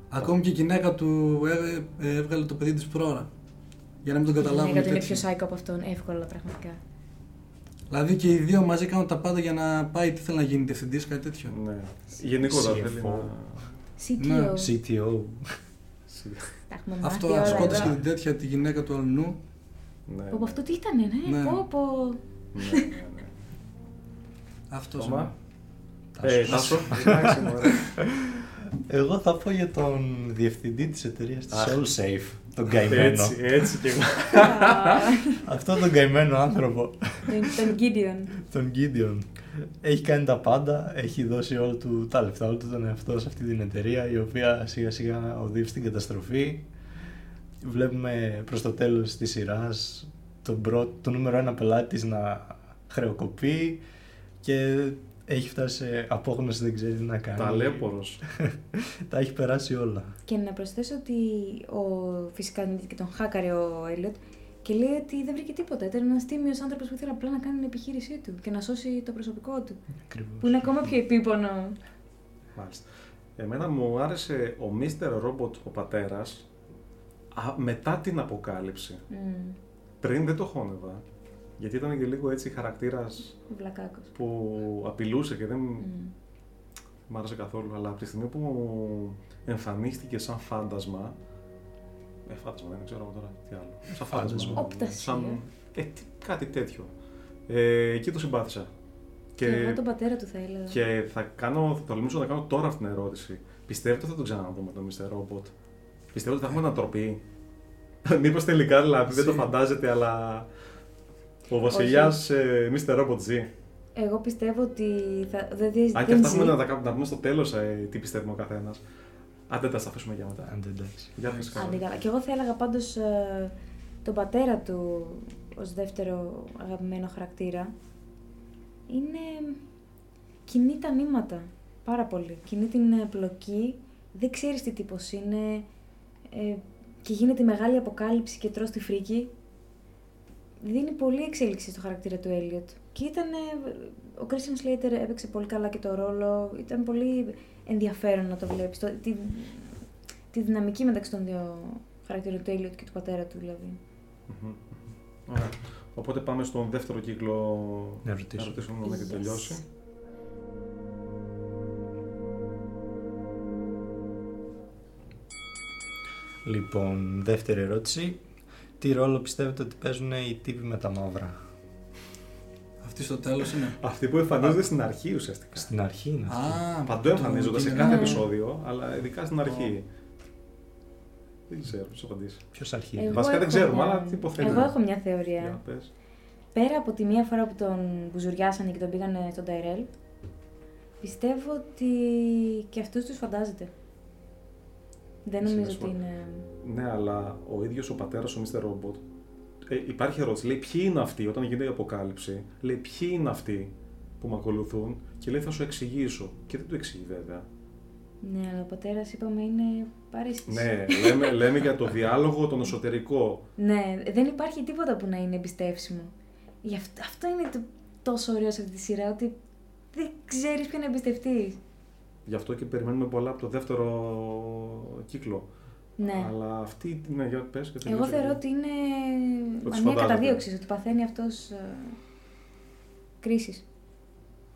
Speaker 4: Ακόμη και η γυναίκα του έ- ε, έβγαλε το παιδί της πρόωρα. Για να μην τον
Speaker 1: Η
Speaker 4: καταλάβουν.
Speaker 1: γυναίκα του Ναι, είναι
Speaker 4: τέτοιο.
Speaker 1: πιο σάικο από αυτόν, εύκολα
Speaker 2: Ναι,
Speaker 1: πραγματικά.
Speaker 4: Δηλαδή και οι δύο μαζί κάνουν τα πάντα για να πάει τι θέλει να γίνει διευθυντής, κάτι τέτοιο.
Speaker 2: Ναι. Γενικότερα
Speaker 3: CFO.
Speaker 2: θέλει να.
Speaker 1: CTO.
Speaker 3: CTO.
Speaker 1: Τα έχουμε μάθει
Speaker 4: Αυτό
Speaker 1: όλα
Speaker 4: σκότωσε και
Speaker 1: εδώ.
Speaker 4: την τέτοια τη γυναίκα του Αλνού.
Speaker 2: Ναι,
Speaker 1: Πω, πω, αυτό τι ήταν, ναι,
Speaker 4: Ναι.
Speaker 1: πω, πω.
Speaker 2: ναι, ναι, ναι.
Speaker 4: Αυτός.
Speaker 2: Τόμα. Ε, Τάσο. Εντάξει, μωρέ.
Speaker 3: Εγώ θα πω για τον διευθυντή της εταιρείας της
Speaker 2: Αχ.
Speaker 3: All Safe, τον καημένο.
Speaker 2: Έτσι, έτσι και εγώ.
Speaker 3: Αυτό τον καημένο άνθρωπο,
Speaker 1: Τον- Τον Gideon.
Speaker 3: τον Gideon. Έχει κάνει τα πάντα, έχει δώσει όλα του τα λεφτά, όλο του τον εαυτό σε αυτή την εταιρεία η οποία σιγά σιγά οδεύει στην καταστροφή. Βλέπουμε προς το τέλος της σειράς τον, πρω- τον νούμερο ένα πελάτη να χρεοκοπεί και έχει φτάσει σε απόγνωση, δεν ξέρει τι να κάνει.
Speaker 2: Ταλέπορος.
Speaker 3: τα έχει περάσει όλα.
Speaker 1: Και να προσθέσω ότι ο, φυσικά και τον χάκαρε ο Έλιοντ και λέει ότι δεν βρήκε τίποτα. Ήταν ένας τίμιος άνθρωπος που ήθελε απλά να κάνει την επιχείρησή του και να σώσει το προσωπικό του.
Speaker 3: Ακριβώς.
Speaker 1: Που είναι ακόμα πιο επίπονο.
Speaker 2: Μάλιστα. Εμένα μου άρεσε ο Mr. Robot ο πατέρας α, μετά την αποκάλυψη.
Speaker 1: Μμμ,
Speaker 2: Πριν δεν το χώνευα. Γιατί ήταν και λίγο έτσι χαρακτήρας
Speaker 1: Ο βλακάκος.
Speaker 2: που απειλούσε και δεν
Speaker 1: Μμμ.
Speaker 2: μ' άρεσε καθόλου. Αλλά από τη στιγμή που εμφανίστηκε σαν φάντασμα. Ε, φάντασμα, δεν ξέρω τώρα τι άλλο. Σαν φάντασμα.
Speaker 3: Φάντασμα.
Speaker 1: Οπτασία.
Speaker 2: Σαν, ε, τι- κάτι τέτοιο. Ε, εκεί το συμπάθησα.
Speaker 1: Και Ναι, εγώ τον πατέρα του θα έλεγα.
Speaker 2: Και θα κάνω, θα τολμήσω να κάνω τώρα αυτήν την ερώτηση. Πιστεύετε ότι θα τον ξαναδούμε τον Mr. Robot. Πιστεύετε ότι θα έχουμε ανατροπή. Μήπως τελικά δηλαδή δεν το
Speaker 4: Εσύ.
Speaker 2: φαντάζεται, αλλά ο βασιλιά Mr. Robot ζει.
Speaker 1: Εγώ πιστεύω ότι θα. Δεν, δεν,
Speaker 2: Αν και
Speaker 1: δεν
Speaker 2: αυτά
Speaker 1: ζει.
Speaker 2: έχουμε να τα κάνουμε, να πούμε στο τέλος τι πιστεύουμε ο καθένας. Αν δεν τα στα αφήσουμε για μετά.
Speaker 3: Άντε, εντάξει.
Speaker 2: Για να φυσικά.
Speaker 1: Άντε καλά. Και εγώ θα έλεγα πάντως τον πατέρα του ως δεύτερο αγαπημένο χαρακτήρα. Είναι. κινεί τα νήματα. Πάρα πολύ. Κινεί την ε, πλοκή. Δεν ξέρεις τι τύπος είναι. Ε, και γίνεται μεγάλη αποκάλυψη και τρως τη φρίκη. Δίνει πολλή εξέλιξη στο χαρακτήρα του Έλιοτ. Και ήταν. ε, Ο Κρίσιαν Slater έπαιξε πολύ καλά και το ρόλο. Ήταν πολύ ενδιαφέρον να το βλέπεις. Τη, τη δυναμική μεταξύ των δύο χαρακτήρων του Έλιοτ και του πατέρα του, δηλαδή.
Speaker 2: Μμμ. Ωραία. Οπότε πάμε στον δεύτερο κύκλο
Speaker 3: Ερωτήσεων.
Speaker 2: ερωτήσεων να έχει
Speaker 1: Yes.
Speaker 2: τελειώσει.
Speaker 3: Λοιπόν, δεύτερη ερώτηση. Τι ρόλο πιστεύετε ότι παίζουν οι τύποι με τα μαύρα.
Speaker 4: Αυτή στο τέλος είναι.
Speaker 2: Αυτή που εμφανίζονται στην αρχή ουσιαστικά.
Speaker 3: Στην αρχή είναι αυτό.
Speaker 4: Α,
Speaker 2: Παντού εμφανίζονται σε
Speaker 4: το-
Speaker 2: κάθε
Speaker 1: Ναι.
Speaker 2: επεισόδιο, αλλά ειδικά στην αρχή. Δεν ξέρω, πώς απαντήσεις.
Speaker 3: Ποιος αρχή
Speaker 1: Εγώ
Speaker 3: είναι.
Speaker 2: Βασικά δεν
Speaker 1: έχω
Speaker 2: ξέρουμε,
Speaker 1: μια-
Speaker 2: αλλά τι υποθέτουμε.
Speaker 1: Εγώ έχω μια θεωρία.
Speaker 2: Για πες.
Speaker 1: Πέρα από τη μία φορά που τον μπουζουριάσανε και τον πήγανε στον Ταϊρέλ, πιστεύω ότι και αυτούς τους φαντάζεται. Δεν νομίζω
Speaker 2: Συνδεσμό.
Speaker 1: ότι είναι...
Speaker 2: Ναι, αλλά ο ίδιος ο πατέρας, ο Mr. Robot, ε, υπάρχει ερώτηση. Λέει, ποιοι είναι αυτοί, όταν γίνεται η αποκάλυψη, λέει, ποιοι είναι αυτοί που με ακολουθούν και λέει, θα σου εξηγήσω. Και δεν του εξηγεί, βέβαια.
Speaker 1: Ναι, αλλά ο πατέρας είπαμε είναι παρέστηση.
Speaker 2: ναι, λέμε, λέμε για το διάλογο, τον εσωτερικό.
Speaker 1: Ναι, δεν υπάρχει τίποτα που να είναι εμπιστεύσιμο. Γι' αυτό, αυτό είναι το, τόσο ωραίο σε αυτή τη σειρά, ότι δεν ξέρεις ποιον να εμπιστευτείς.
Speaker 2: Γι' αυτό και περιμένουμε πολλά από το δεύτερο κύκλο.
Speaker 1: Ναι.
Speaker 2: Αλλά αυτή. Ναι, για πες και
Speaker 1: Εγώ
Speaker 2: τελείωσε.
Speaker 1: θεωρώ ότι είναι
Speaker 2: τους
Speaker 1: μια
Speaker 2: φαντάζεται.
Speaker 1: καταδίωξη, ότι παθαίνει αυτός ε, κρίσεις.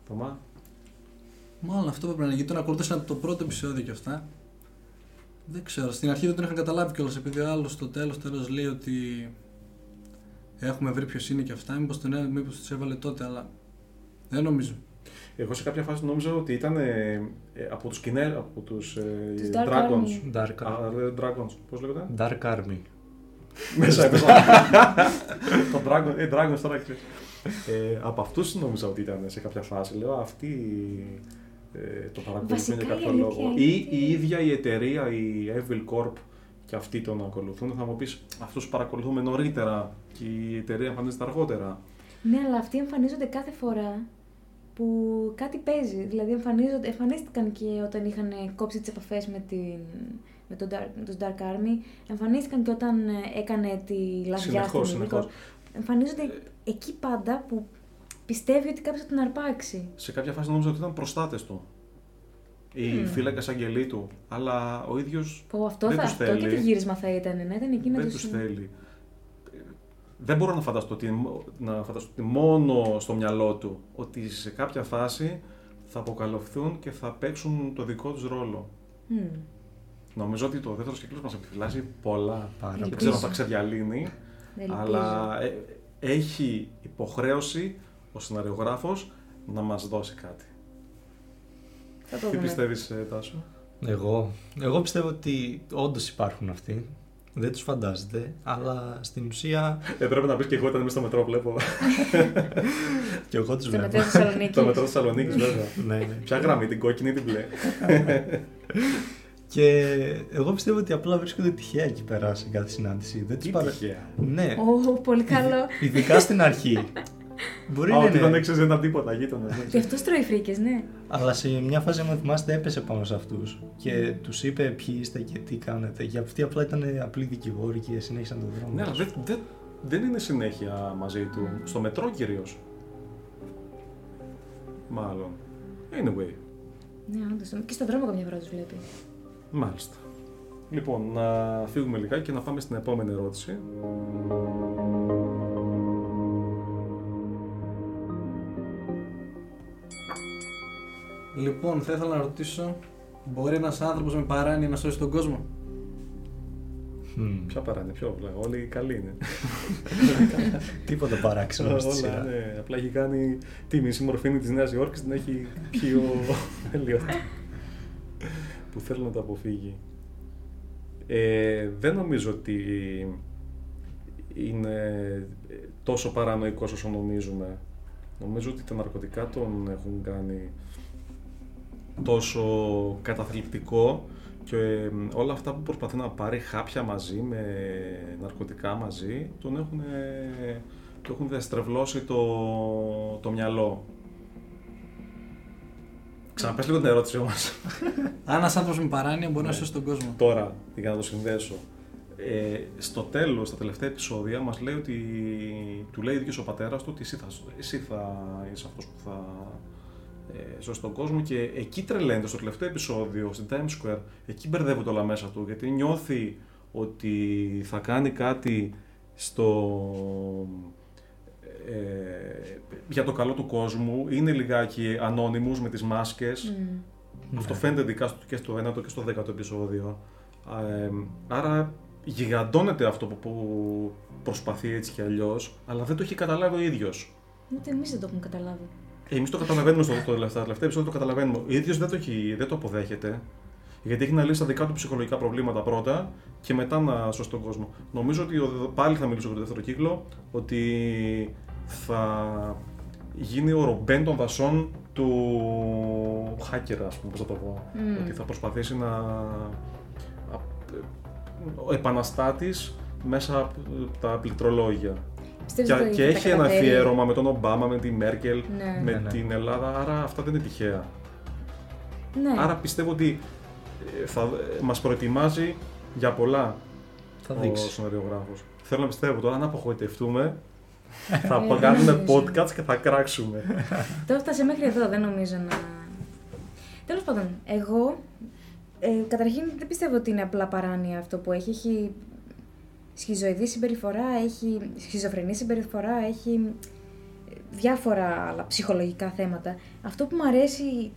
Speaker 2: Θωμά,
Speaker 4: Μάλλον αυτό πρέπει να είναι. Γιατί τον ακολουθούσαν από το πρώτο επεισόδιο και αυτά. Δεν ξέρω. Στην αρχή δεν τον είχαν καταλάβει κιόλας. Επειδή ο άλλος στο τέλος τέλος λέει ότι έχουμε βρει ποιος είναι και αυτά. Μήπως τον έ- μήπως τους έβαλε τότε, αλλά δεν νομίζω.
Speaker 2: εγώ σε κάποια φάση νόμιζα ότι ήταν ε, ε, από τους Κινέρ, από τους ε,
Speaker 1: Τους Dark
Speaker 2: Dragons.
Speaker 1: Army.
Speaker 3: Dark,
Speaker 2: Α, ρε, Dragons, πώς λέγονται.
Speaker 3: Dark Army.
Speaker 2: Μέσα μέσα. το Dragon, ε, Dragons τώρα ξέρεις. Ε, από αυτούς νόμιζα ότι ήταν σε κάποια φάση. Λέω αυτοί ε, το παρακολουθούν
Speaker 1: Βασικά,
Speaker 2: για
Speaker 1: η
Speaker 2: κάποιο
Speaker 1: αλήθεια
Speaker 2: λόγο.
Speaker 1: είναι
Speaker 2: Ή
Speaker 1: ότι-
Speaker 2: η ίδια η εταιρεία, η Evil Corp, και αυτοί τον ακολουθούν. Θα μου πεις, αυτούς παρακολουθούμε νωρίτερα και η εταιρεία εμφανίζεται αργότερα.
Speaker 1: Ναι, αλλά αυτοί εμφανίζονται κάθε φορά που κάτι παίζει. Δηλαδή εμφανίζονται, εμφανίστηκαν και όταν είχαν κόψει τις επαφές με, την, με, τον Dark, με τους Dark Army. Εμφανίστηκαν και όταν ε, έκανε τη λαβιά
Speaker 2: Συνεχώς,
Speaker 1: στην
Speaker 2: συνεχώς.
Speaker 1: Μίμικο. Εμφανίζονται εκεί πάντα που πιστεύει ότι κάποιος θα τον αρπάξει.
Speaker 2: Σε κάποια φάση νόμιζα ότι ήταν προστάτες του. Οι mm. φύλακε αγγελί του. Αλλά ο ίδιος
Speaker 1: Πω, αυτό,
Speaker 2: Δεν
Speaker 1: θα,
Speaker 2: τους
Speaker 1: αυτό
Speaker 2: θέλει.
Speaker 1: και το γύρισμα θα ήταν. Να ήταν εκεί να
Speaker 2: δεν
Speaker 1: τους-
Speaker 2: του θέλει. Ε, Δεν μπορώ να φανταστώ, ότι, μο- να φανταστώ ότι μόνο στο μυαλό του ότι σε κάποια φάση θα αποκαλυφθούν και θα παίξουν το δικό τους ρόλο.
Speaker 1: Μμμ.
Speaker 2: Νομίζω ότι το δεύτερο κύκλος μας επιφυλάσσει πολλά.
Speaker 3: Πάρα
Speaker 2: Δεν
Speaker 1: Ελπίζω.
Speaker 2: ξέρω αν θα ξεδιαλύνει,
Speaker 1: Ελπίζω.
Speaker 2: αλλά ε, έχει υποχρέωση ο σεναριογράφος να μας δώσει κάτι.
Speaker 1: Θα το
Speaker 2: Τι
Speaker 1: δούμε.
Speaker 2: πιστεύεις, ε, Τάσο?
Speaker 3: Εγώ, εγώ πιστεύω ότι όντως υπάρχουν αυτοί. Δεν τους φαντάζεται, αλλά στην ουσία
Speaker 2: Ε, πρέπει να πεις και εγώ ήταν μέσα στο μετρό, βλέπω.
Speaker 1: Ναι,
Speaker 3: και εγώ τους
Speaker 1: Στο
Speaker 3: βλέπω.
Speaker 1: μετρό Θεσσαλονίκη.
Speaker 2: Ναι. το μετρό Θεσσαλονίκης, βέβαια.
Speaker 3: ναι, ναι.
Speaker 2: Ποια γραμμή, την κόκκινη ή την μπλε.
Speaker 3: Και εγώ πιστεύω ότι απλά βρίσκονται τυχαία εκεί πέρα σε κάθε συνάντηση. Δεν
Speaker 2: Τι
Speaker 3: του παρα...
Speaker 2: τυχαία.
Speaker 3: Ναι,
Speaker 1: Ω, πολύ καλό.
Speaker 3: ειδικά στην αρχή. Μπορεί
Speaker 2: Α,
Speaker 3: να
Speaker 2: ότι
Speaker 3: είναι.
Speaker 2: δεν έξερε ένα τίποτα γείτονα.
Speaker 1: Και αυτός τρώει φρίκες, ναι.
Speaker 3: Αλλά σε μια φάση, αν θυμάστε, έπεσε πάνω σε αυτούς και τους είπε ποιοι είστε και τι κάνετε. Για αυτοί απλά ήταν απλοί δικηγόροι και συνέχισαν τον δρόμο.
Speaker 2: ναι, αλλά
Speaker 3: τους.
Speaker 2: δεν, δεν, δεν είναι συνέχεια μαζί του. Στο μετρό κυρίως. Μάλλον. Anyway.
Speaker 1: Ναι, όντως. Και στον δρόμο καμιά φορά τους βλέπει.
Speaker 2: Μάλιστα. Λοιπόν, να φύγουμε λιγάκι και να πάμε στην επόμενη ερώτηση.
Speaker 4: Λοιπόν, θα ήθελα να ρωτήσω, μπορεί ένας άνθρωπος με παράνοια να σώσει τον κόσμο.
Speaker 3: Μμμ,
Speaker 2: Ποια παράνοια, ποιο βλέπω. Όλοι καλοί είναι.
Speaker 3: Τίποτα παράξενο στη
Speaker 2: Όλα,
Speaker 3: σειρά.
Speaker 2: ναι. Απλά έχει κάνει τη μισή μορφήνη της Νέας Υόρκης την έχει πιει ο Ελιότ. που θέλει να το αποφύγει. Ε, δεν νομίζω ότι είναι τόσο παρανοϊκός όσο νομίζουμε. Νομίζω ότι τα ναρκωτικά τον έχουν κάνει τόσο καταθλιπτικό και ε, όλα αυτά που προσπαθεί να πάρει χάπια μαζί με ναρκωτικά μαζί τον έχουν, ε, του έχουν διαστρεβλώσει το, το μυαλό. Ξαναπες λίγο την ερώτησή μας
Speaker 4: Αν ένας άνθρωπος με παράνοια
Speaker 2: Ναι.
Speaker 4: μπορεί να σώσει τον κόσμο.
Speaker 2: τώρα για να το συνδέσω. Ε, στο τέλος, στα τελευταία επεισόδια, μας λέει ότι του λέει ο ίδιος ο πατέρας του ότι εσύ θα, εσύ θα είσαι αυτός που θα ε, σώσει τον κόσμο και εκεί τρελαίνεται στο τελευταίο επεισόδιο, στην Times Square, εκεί μπερδεύονται όλα μέσα του γιατί νιώθει ότι θα κάνει κάτι στο, ε, για το καλό του κόσμου, είναι λιγάκι ανώνυμους με τις μάσκες. Αυτό φαίνεται ειδικά στο- και στο 9ο και στο 10ο επεισόδιο. Α, ε, άρα γιγαντώνεται αυτό που- που προσπαθεί έτσι κι αλλιώς, αλλά δεν το έχει καταλάβει ο ίδιος.
Speaker 1: Ούτε εμείς δεν το έχουμε καταλάβει.
Speaker 2: Εμείς το καταλαβαίνουμε στο στο τελευταίο, τελευταίο επεισόδιο, το καταλαβαίνουμε. Ο ίδιος δεν, το έχει- δεν το αποδέχεται. Γιατί έχει να λύσει τα δικά του ψυχολογικά προβλήματα πρώτα και μετά να σώσει τον κόσμο. Νομίζω ότι ο- πάλι θα μιλήσω για το δεύτερο κύκλο, ότι θα γίνει ο ρομπέν των δασών του hacker, ας πούμε, πώς θα το πω. Ότι θα προσπαθήσει να... ε, ο επαναστάτης μέσα από τα πληκτρολόγια.
Speaker 1: Πιστεύεις
Speaker 2: Και,
Speaker 1: ότι
Speaker 2: και
Speaker 1: θα
Speaker 2: έχει ένα
Speaker 1: καταφέρει?
Speaker 2: αφιέρωμα με τον Ομπάμα, με τη Μέρκελ,
Speaker 1: Ναι.
Speaker 2: με
Speaker 3: Ναι, ναι.
Speaker 2: την Ελλάδα, άρα αυτά δεν είναι τυχαία.
Speaker 1: Ναι.
Speaker 2: Άρα πιστεύω ότι ε, θα, ε, μας προετοιμάζει για πολλά
Speaker 3: Θα
Speaker 2: ο
Speaker 3: δείξει.
Speaker 2: σεναριογράφος. Θέλω να πιστεύω τώρα, αν απογοητευτούμε, θα
Speaker 1: Ε, ναι.
Speaker 2: κάνουμε podcast και θα κράξουμε.
Speaker 1: Το φτάσε μέχρι εδώ, δεν νομίζω να. Τέλος πάντων, εγώ. Ε, καταρχήν δεν πιστεύω ότι είναι απλά παράνοια αυτό που έχει. Έχει σχιζοειδή συμπεριφορά, έχει σχιζοφρενή συμπεριφορά, έχει ε, διάφορα άλλα ψυχολογικά θέματα. Αυτό που μου αρέσει,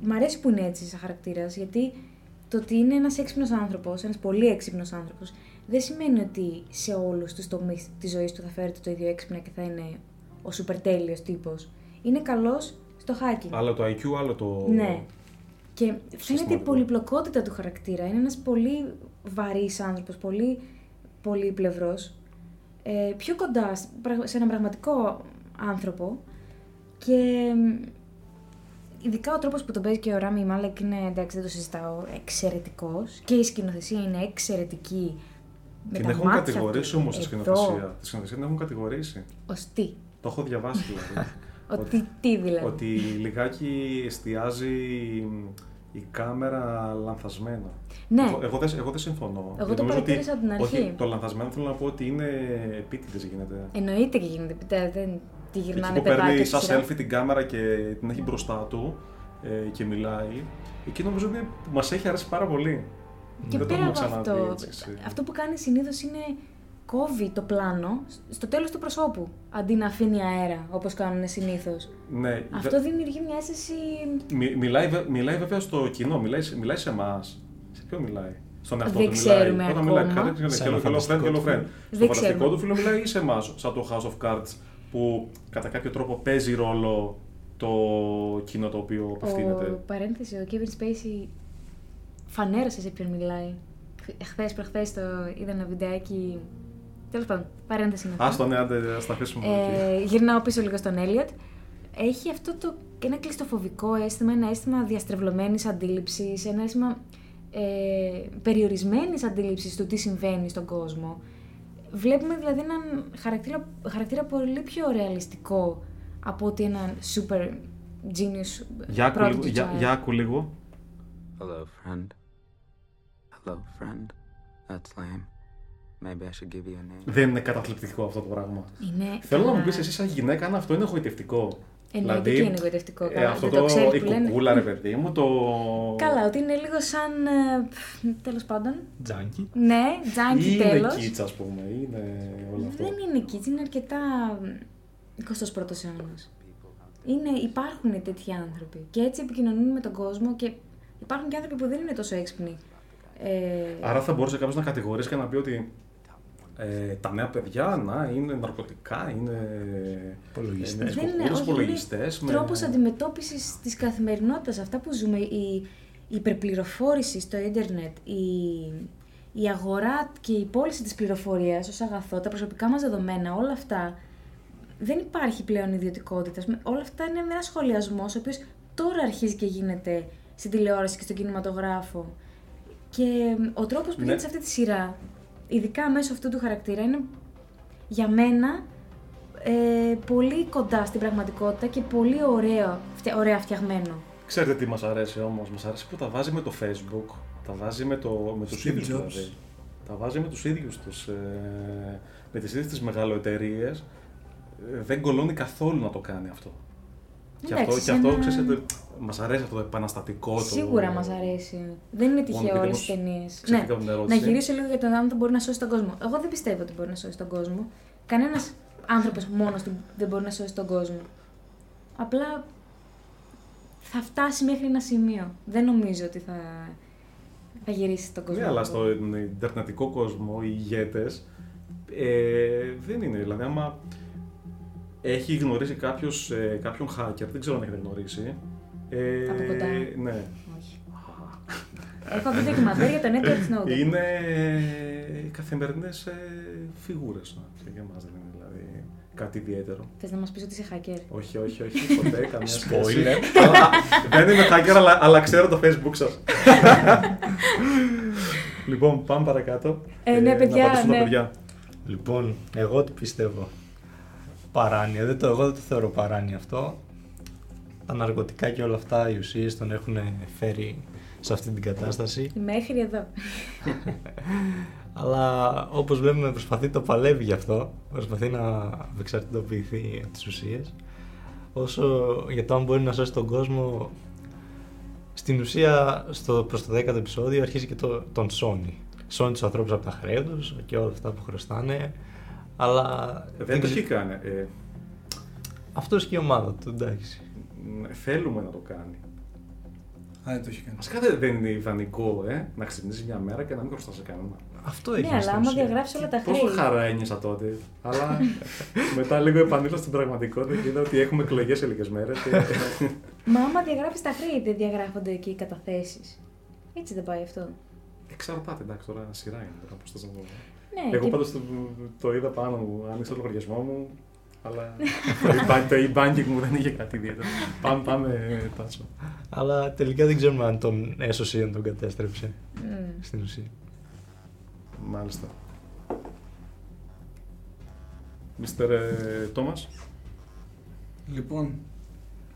Speaker 1: μ' αρέσει που είναι έτσι σαν χαρακτήρας, γιατί το ότι είναι ένας έξυπνος άνθρωπος, ένας πολύ έξυπνος άνθρωπος, δεν σημαίνει ότι σε όλους τους τομείς της ζωής του θα φέρεται το ίδιο έξυπνα και θα είναι ο σούπερ τέλειος τύπος. Είναι καλός στο hacking.
Speaker 2: άλλο το IQ, άλλο το...
Speaker 1: Ναι. Και φαίνεται η
Speaker 2: σημαντικό.
Speaker 1: πολυπλοκότητα του χαρακτήρα. Είναι ένας πολύ βαρύς άνθρωπος, πολύ πολύπλευρος. Ε, πιο κοντά σ- πραγ- σε έναν πραγματικό άνθρωπο. Και μ, ειδικά ο τρόπος που τον παίζει και ο Ράμι Μάλεκ είναι, εντάξει δεν το συζητάω, εξαιρετικός. Και η σκηνοθεσία είναι εξαιρετική. Με
Speaker 2: Την
Speaker 1: τα
Speaker 2: έχουν
Speaker 1: μάτια
Speaker 2: κατηγορήσει
Speaker 1: του,
Speaker 2: όμως τη
Speaker 1: εδώ,
Speaker 2: σκηνοθεσία. Τη σκηνοθεσία την έχουν κατηγορήσει.
Speaker 1: Ως τι.
Speaker 2: Το έχω διαβάσει δηλαδή.
Speaker 1: Ότι τι δηλαδή.
Speaker 2: ότι λιγάκι εστιάζει η κάμερα λανθασμένα.
Speaker 1: Ναι.
Speaker 2: Εγώ, εγώ δεν, εγώ δεν συμφωνώ.
Speaker 1: Εγώ το
Speaker 2: Νομίζω ότι-
Speaker 1: παρατήρησα από την αρχή.
Speaker 2: Όχι, το λανθασμένο θέλω να πω ότι είναι επίτηδες γίνεται.
Speaker 1: Εννοείται και γίνεται πιτέ, δεν τη
Speaker 2: Εκεί
Speaker 1: γυρνάνε
Speaker 2: που
Speaker 1: παιδάκια.
Speaker 2: παίρνει
Speaker 1: στη
Speaker 2: σαν
Speaker 1: σειρά.
Speaker 2: selfie την κάμερα και την έχει μπροστά του ε, και μιλάει. Εκεί νομίζω ότι μας έχει αρέσει πάρα πολύ.
Speaker 1: Και
Speaker 2: Δεν το
Speaker 1: πέρα
Speaker 2: έχουμε
Speaker 1: από
Speaker 2: ξαναδεί
Speaker 1: αυτό,
Speaker 2: έτσι, σε-
Speaker 1: αυτό που κάνει συνήθως είναι κόβει το πλάνο στο τέλος του προσώπου. Αντί να αφήνει αέρα, όπως κάνουν συνήθως.
Speaker 2: Ναι,
Speaker 1: Αυτό δημιουργεί μια αίσθηση.
Speaker 2: Μι- μιλάει, βε- μιλάει βέβαια στο κοινό, μιλάει, σε- μιλάει σε εμάς. Σε ποιον μιλάει, στον εαυτό
Speaker 1: Δεν
Speaker 2: του
Speaker 1: ξέρουμε
Speaker 2: μιλάει. Όταν
Speaker 1: ακόμα.
Speaker 2: μιλάει κάτι,
Speaker 3: Σε
Speaker 2: ξέρει
Speaker 3: ένα
Speaker 2: hello, hello friend,
Speaker 3: φανταστικό
Speaker 2: hello
Speaker 3: του
Speaker 2: friend.
Speaker 3: φίλο.
Speaker 2: Στο
Speaker 1: Δεν
Speaker 2: φανταστικό
Speaker 1: ξέρουμε.
Speaker 2: του φίλο μιλάει ή σε εμάς, σαν το House of Cards, που κατά κάποιο τρόπο παίζει ρόλο το κοινό το οποίο
Speaker 1: Ο,
Speaker 2: απευθύνεται.
Speaker 1: παρένθεση, ο Kevin Spacey φανέρωσε σε ποιον μιλάει. Χθες προχθές το είδα ένα βιντεάκι. Τέλος πάντων, παρένθεση είναι
Speaker 2: Α
Speaker 1: αυτή.
Speaker 2: το ναι, άντε, ας τα αφήσουμε εκεί.
Speaker 1: Ε, γυρνάω πίσω λίγο στον Έλιοτ. Έχει αυτό το ένα κλειστοφοβικό αίσθημα, ένα αίσθημα διαστρεβλωμένης αντίληψης, ένα αίσθημα ε, περιορισμένης αντίληψης του τι συμβαίνει στον κόσμο. Βλέπουμε δηλαδή έναν χαρακτήρα, χαρακτήρα πολύ πιο ρεαλιστικό από ότι έναν super genius
Speaker 2: Για άκου λίγο-
Speaker 1: prodigy
Speaker 2: για-
Speaker 1: child.
Speaker 2: Για άκου λίγο.
Speaker 9: Hello, friend. Hello, friend. That's lame. Maybe I should give you a name.
Speaker 2: Δεν είναι καταθλιπτικό αυτό το πράγμα.
Speaker 1: Είναι
Speaker 2: Θέλω να μου
Speaker 1: καλά.
Speaker 2: πεις εσύ, σαν γυναίκα, αν αυτό είναι εγωιτευτικό.
Speaker 1: Ναι. Εννοείται και είναι εγωιτευτικό,
Speaker 2: ε,
Speaker 1: καλά,
Speaker 2: αυτό
Speaker 1: δεν
Speaker 2: το,
Speaker 1: το ξέρεις
Speaker 2: η
Speaker 1: που λένε.
Speaker 2: κουκούλα, ρε παιδί μου, το.
Speaker 1: Καλά, ότι είναι λίγο σαν... ε, πφ, Τέλος πάντων.
Speaker 3: Τζάνκι.
Speaker 1: Ναι, τζάνκι
Speaker 2: Είναι
Speaker 1: τέλος.
Speaker 2: κίτσα, ας πούμε, είναι όλο αυτό.
Speaker 1: Δεν είναι kids, είναι αρκετά 21ο αιώνας. Είναι, υπάρχουν τέτοιοι άνθρωποι και έτσι επικοινωνούν με τον κόσμο και υπάρχουν και άνθρωποι που δεν είναι τόσο έξυπνοι. Ε,
Speaker 2: Άρα θα μπορούσε κάποιος να κατηγορήσει και να πει ότι ε, τα νέα παιδιά να είναι ναρκωτικά, είναι.
Speaker 3: Υπολογιστές.
Speaker 2: ε,
Speaker 1: δεν είναι,
Speaker 2: κουκούλες,
Speaker 1: όχι,
Speaker 2: υπολογιστές,
Speaker 1: είναι τρόπος αντιμετώπισης της καθημερινότητας, αυτά που ζούμε, η, η υπερπληροφόρηση στο ίντερνετ, η, η αγορά και η πώληση της πληροφορίας ως αγαθό, τα προσωπικά μας δεδομένα, όλα αυτά, δεν υπάρχει πλέον ιδιωτικότητας. Με- Όλα αυτά είναι ένα σχολιασμός ο οποίος τώρα αρχίζει και γίνεται στην τηλεόραση και στον κινηματογράφο. Και μ, ο τρόπος που
Speaker 2: Ναι.
Speaker 1: γίνεται σε αυτή τη σειρά, ειδικά μέσω αυτού του χαρακτήρα, είναι για μένα ε, πολύ κοντά στην πραγματικότητα και πολύ ωραίο, φτε- ωραία φτιαγμένο.
Speaker 2: Ξέρετε τι μας αρέσει όμως. Μας αρέσει που τα βάζει με το Facebook, τα βάζει με, το, με του
Speaker 4: Steve
Speaker 2: ίδιους
Speaker 4: Jobs.
Speaker 2: δηλαδή. Τα βάζει με τους ίδιους τους. Ε, με τις ίδιες τις μεγαλοεταιρείε. Ε, δεν κολώνει καθόλου να το κάνει αυτό. Και
Speaker 1: Εντάξει,
Speaker 2: αυτό, και
Speaker 1: σε
Speaker 2: αυτό
Speaker 1: ένα-
Speaker 2: ξέρετε, μας αρέσει αυτό το επαναστατικό το-
Speaker 1: Σίγουρα μας αρέσει. Δεν είναι τυχαίο
Speaker 2: και
Speaker 1: όλες
Speaker 2: τέλος
Speaker 1: τις ταινίες.
Speaker 2: ξεφύγαμε από την
Speaker 1: Ναι, να
Speaker 2: ερώτηση.
Speaker 1: γυρίσω λίγο για τον άνθρωπο μπορεί να σώσει τον κόσμο. Εγώ δεν πιστεύω ότι μπορεί να σώσει τον κόσμο. Κανένας άνθρωπος μόνος του δεν μπορεί να σώσει τον κόσμο. Απλά θα φτάσει μέχρι ένα σημείο. Δεν νομίζω ότι θα, θα γυρίσει τον κόσμο.
Speaker 2: Ναι, αλλά στον Ιντερνετικό κόσμο οι ηγέτες ε, δεν είναι. Δηλαδή, άμα έχει γνωρίσει κάποιος, ε, κάποιον hacker, δεν ξέρω αν έχετε γνωρίσει. Ε,
Speaker 1: Από κοντά.
Speaker 2: Ναι.
Speaker 1: Όχι. Έχω δει ντοκιμαντέρ για τον Edward Snowden.
Speaker 2: Είναι καθημερινές ε, φιγούρες. Και για εμά δεν είναι δηλαδή κάτι ιδιαίτερο.
Speaker 1: Θες να μας πεις ότι είσαι hacker.
Speaker 2: Όχι, όχι, όχι, ποτέ καμία σχέση.
Speaker 3: Spoiler.
Speaker 2: Αλλά- δεν είμαι hacker, αλλά, αλλά ξέρω το facebook σας. λοιπόν, πάμε παρακάτω.
Speaker 1: Ε, ναι, παιδιά,
Speaker 2: να απαντήσουμε τα
Speaker 1: ναι.
Speaker 2: παιδιά.
Speaker 3: Λοιπόν, εγώ τι πιστεύω. Παράνοια. Δεν το, εγώ δεν το θεωρώ παράνοια αυτό. Τα ναρκωτικά και όλα αυτά οι ουσίες τον έχουν φέρει σε αυτή την κατάσταση.
Speaker 1: Μέχρι εδώ.
Speaker 3: Αλλά όπως βλέπουμε προσπαθεί το παλεύει γι' αυτό. Προσπαθεί να απεξαρτητοποιηθεί από τις ουσίες. Όσο για το αν μπορεί να σώσει τον κόσμο στην ουσία στο, προς το 10ο επεισόδιο αρχίζει και το, τον σώνει. Σώνει τους ανθρώπους από τα χρέη τους και όλα αυτά που χρωστάνε. Αλλά
Speaker 2: Δεν το έχει κάνει. Ε,
Speaker 3: αυτός και η ομάδα του, εντάξει.
Speaker 2: μ, θέλουμε να το κάνει.
Speaker 4: Α, δεν το έχει κάνει.
Speaker 2: Μα κάθε δεν είναι ιδανικό, ε, να ξυπνήσεις μια μέρα και να μην χρωστάς σε κανένα.
Speaker 3: Αυτό έχει
Speaker 1: ναι, αλλά άμα διαγράψεις όλα τα
Speaker 2: Πόσο
Speaker 1: χρέη.
Speaker 2: χαρά ένιωσα τότε. Αλλά μετά λίγο επανήλθα στην πραγματικότητα και είδα ότι έχουμε εκλογές σε λίγες μέρες.
Speaker 1: Μα άμα διαγράφεις τα χρέη, δεν διαγράφονται εκεί οι καταθέσεις. Έτσι δεν πάει αυτό.
Speaker 2: Εξαρτάται, εντάξει, τώρα σειρά είναι τώρα πώς θα σας πω.
Speaker 1: Ναι,
Speaker 2: Εγώ
Speaker 1: και-
Speaker 2: πάντως το, το είδα πάνω μου, άνοιξα το λογαριασμό μου. Αλλά το e-ban- το e-banking μου δεν είχε κάτι ιδιαίτερο. Πάμε, ε, πάμε, Τάσο.
Speaker 3: Αλλά τελικά δεν ξέρουμε αν τον έσωσε ή αν τον κατέστρεψε
Speaker 1: Μμμ.
Speaker 3: στην ουσία.
Speaker 2: Μάλιστα. Μίστερ Τόμας.
Speaker 4: Λοιπόν,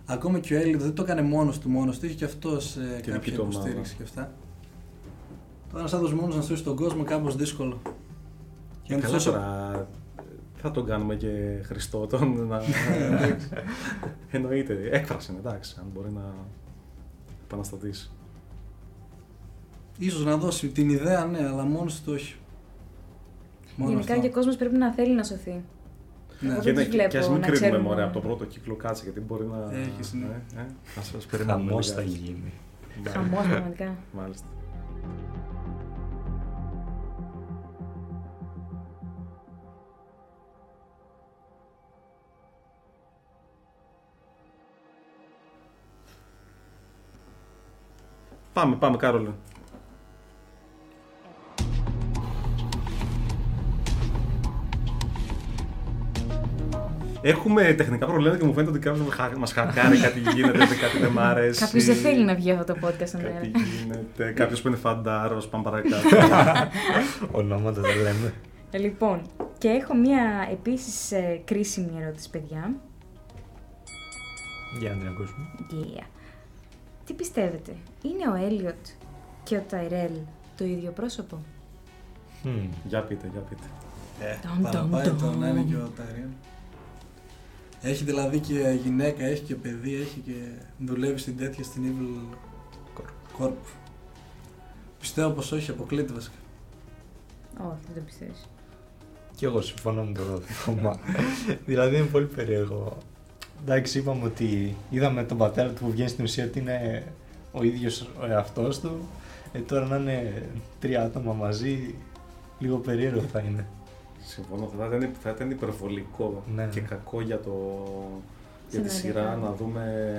Speaker 4: ακόμα και ο Έλληνα δεν το έκανε μόνος του μόνος του, είχε και αυτός ε,
Speaker 2: Την
Speaker 4: κάποια
Speaker 2: δική του ομάδα.
Speaker 4: υποστήριξη και αυτά. Τώρα, σαν τους μόνο να σώσει τον κόσμο, κάπως δύσκολο. Και να τους
Speaker 2: Καλά
Speaker 4: σώσει-
Speaker 2: τώρα. ε, Θα τον κάνουμε και Χριστό τον. ε, να- Εννοείται. Έκφραση είναι, εντάξει, αν μπορεί να επαναστατήσει.
Speaker 4: ίσως να δώσει την ιδέα, ναι, αλλά μόνος του όχι. Μόνο
Speaker 1: Γενικά
Speaker 4: αυτό.
Speaker 1: και ο κόσμος πρέπει να θέλει να σωθεί.
Speaker 4: Ναι.
Speaker 1: Δεν τους βλέπω
Speaker 2: και ας μην
Speaker 1: να
Speaker 2: κρίνουμε
Speaker 1: ξέρουμε.
Speaker 2: μωρέ από τον πρώτο κύκλο κάτσε γιατί μπορεί να.
Speaker 4: Έχεις, ναι.
Speaker 2: Ε, ε, να σας περιμένουμε.
Speaker 3: Χαμός θα
Speaker 2: λιγάκι.
Speaker 3: γίνει.
Speaker 2: Μπα-
Speaker 1: Χαμός πραγματικά.
Speaker 2: Μάλιστα. Πάμε, πάμε, Κάρολε. Έχουμε τεχνικά προβλήματα και μου φαίνεται ότι κάποιος μας χακάρει κάτι γίνεται, κάτι δεν μ' αρέσει.
Speaker 1: Κάποιος δεν θέλει να βγει αυτό το podcast στον αέρα.
Speaker 2: Κάτι γίνεται. Κάποιος που είναι φαντάρος, πάμε παρακάτω.
Speaker 3: Ονόματα δεν λέμε.
Speaker 1: Λοιπόν, και έχω μία επίσης ε, κρίσιμη ερώτηση, παιδιά.
Speaker 3: Για να την ακούσουμε.
Speaker 1: Yeah. Τι πιστεύετε, είναι ο Έλιοτ και ο Ταϊρέλ το ίδιο πρόσωπο?
Speaker 3: Μμμ.
Speaker 2: για πείτε, για πείτε. ναι.
Speaker 4: Ε,
Speaker 1: Τομ,
Speaker 4: παραπάει
Speaker 1: τομ,
Speaker 4: τον
Speaker 1: τομ.
Speaker 4: να είναι και ο Τάριελ. Έχει δηλαδή και γυναίκα, έχει και παιδί, έχει και δουλεύει στην τέτοια στην Evil Corp. Πιστεύω πως όχι, αποκλείται βασικά.
Speaker 1: Όχι, δεν το πιστεύεις.
Speaker 3: Και εγώ συμφωνώ με το θέμα. δηλαδή είναι πολύ περίεργο. Εντάξει, είπαμε ότι είδαμε τον πατέρα του που βγαίνει στην ουσία ότι είναι ο ίδιος ο εαυτός του. Ε, τώρα να είναι τρία άτομα μαζί, λίγο περίεργο θα είναι.
Speaker 2: Συμφωνώ. Θα ήταν, θα ήταν υπερβολικό
Speaker 3: Ναι.
Speaker 2: και κακό για, το, για τη
Speaker 1: Σενάρια.
Speaker 2: σειρά να δούμε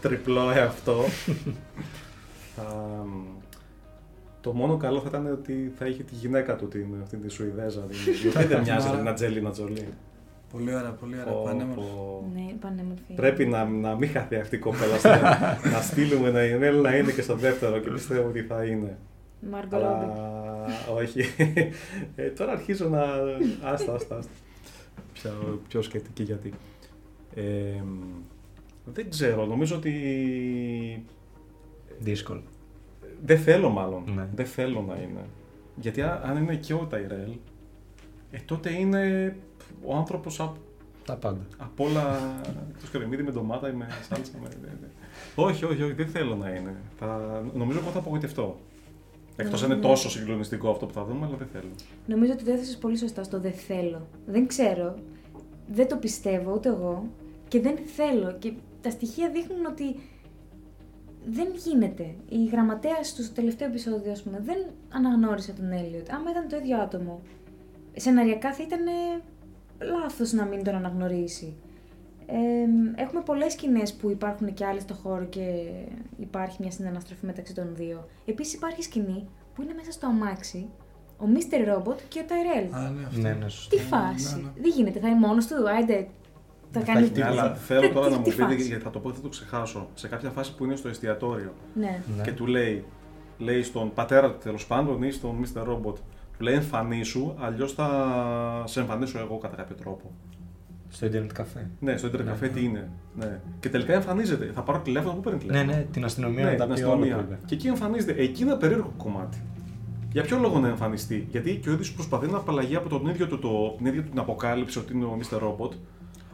Speaker 2: τριπλό εαυτό. θα, το μόνο καλό θα ήταν ότι θα είχε τη γυναίκα του, την, αυτή τη Σουηδέζα. την- Η οποία δεν μοιάζει με την Ατζέλινα Τζολί.
Speaker 4: Πολύ ωραία, πολύ ωραία,
Speaker 2: Πω,
Speaker 4: πανέμορφο.
Speaker 2: πω.
Speaker 1: Ναι, πανέμορφη.
Speaker 2: Πρέπει να, να μην χαθεί αυτή η κοπέλα. στο- να στείλουμε να είναι, να είναι και στο δεύτερο και πιστεύω ότι θα είναι.
Speaker 1: Μάργκο
Speaker 2: Αλλά
Speaker 1: Ρόμπι.
Speaker 2: όχι. Ε, τώρα αρχίζω να. Άστα, άστα, άστα. Ποια- Ποιο και τι και γιατί. Ε, μ, δεν ξέρω, νομίζω ότι.
Speaker 3: Δύσκολο.
Speaker 2: Δεν θέλω μάλλον.
Speaker 3: Ναι.
Speaker 2: Δεν θέλω να είναι. Γιατί α- αν είναι και ο Ταϊρέλ, ε, τότε είναι ο άνθρωπος από,
Speaker 3: Τα πάντα.
Speaker 2: από όλα. το σκρεμμύδι με ντομάτα ή με σάλτσα. με- με- με- όχι, όχι, όχι, δεν θέλω να είναι. Θα, νομίζω εγώ θα απογοητευτώ. Εκτός αν είναι
Speaker 1: Ναι.
Speaker 2: τόσο συγκλονιστικό αυτό που θα δούμε, αλλά δεν θέλω.
Speaker 1: Νομίζω ότι το έθεσες πολύ σωστά στο δεν θέλω. Δεν ξέρω, δεν το πιστεύω ούτε εγώ και δεν θέλω. Και τα στοιχεία δείχνουν ότι δεν γίνεται. Η γραμματέας του στο τελευταίο επεισόδιο, ας πούμε, δεν αναγνώρισε τον Έλιοτ. Άμα ήταν το ίδιο άτομο, σεναριακά θα ήταν λάθος να μην τον αναγνωρίσει. Ε, έχουμε πολλές σκηνές που υπάρχουν και άλλοι στο χώρο και υπάρχει μια συναναστροφή μεταξύ των δύο. Επίσης υπάρχει σκηνή που είναι μέσα στο αμάξι ο Mr. Robot και ο Tyrell.
Speaker 4: Α, ναι, αυτό.
Speaker 3: Ναι, ναι, σωστά.
Speaker 1: Τι φάση.
Speaker 4: ναι, ναι.
Speaker 1: Δεν γίνεται. Θα είναι μόνος του. Άιντε. Θα κάνει.
Speaker 3: έχει
Speaker 1: τι-
Speaker 2: Ναι, αλλά
Speaker 1: τι-
Speaker 2: θέλω
Speaker 1: τι-
Speaker 2: τώρα
Speaker 1: τι-
Speaker 2: να μου
Speaker 1: τι
Speaker 2: πείτε,
Speaker 1: φάση.
Speaker 2: γιατί θα το πω και θα το ξεχάσω. Σε κάποια φάση που είναι στο εστιατόριο
Speaker 1: Ναι.
Speaker 3: Ναι.
Speaker 2: και του λέει, λέει στον πατέρα του τέλος πάντων ή στον Mr. Robot, του λέει εμφανίσου, αλλιώς θα σε εμφανίσω εγώ κατά κάποιο τρόπο.
Speaker 3: Στο Ιντερνετ καφέ.
Speaker 2: Ναι, στο ίντερνετ καφέ τι είναι. Ναι. Και τελικά εμφανίζεται. Θα πάρω τηλέφωνο, πού παίρνει
Speaker 3: Ναι,
Speaker 2: τηλέφωνο.
Speaker 3: ναι, την αστυνομία
Speaker 2: Ναι,
Speaker 3: να τα
Speaker 2: την
Speaker 3: πει όλα
Speaker 2: αστυνομία.
Speaker 3: που είπε.
Speaker 2: Και εκεί εμφανίζεται. Εκεί είναι ένα περίεργο κομμάτι. Για ποιο λόγο να εμφανιστεί, Γιατί και ο ίδιος προσπαθεί να απαλλαγεί από τον ίδιο του, το, την ίδια του την αποκάλυψη ότι είναι ο Mr. Robot,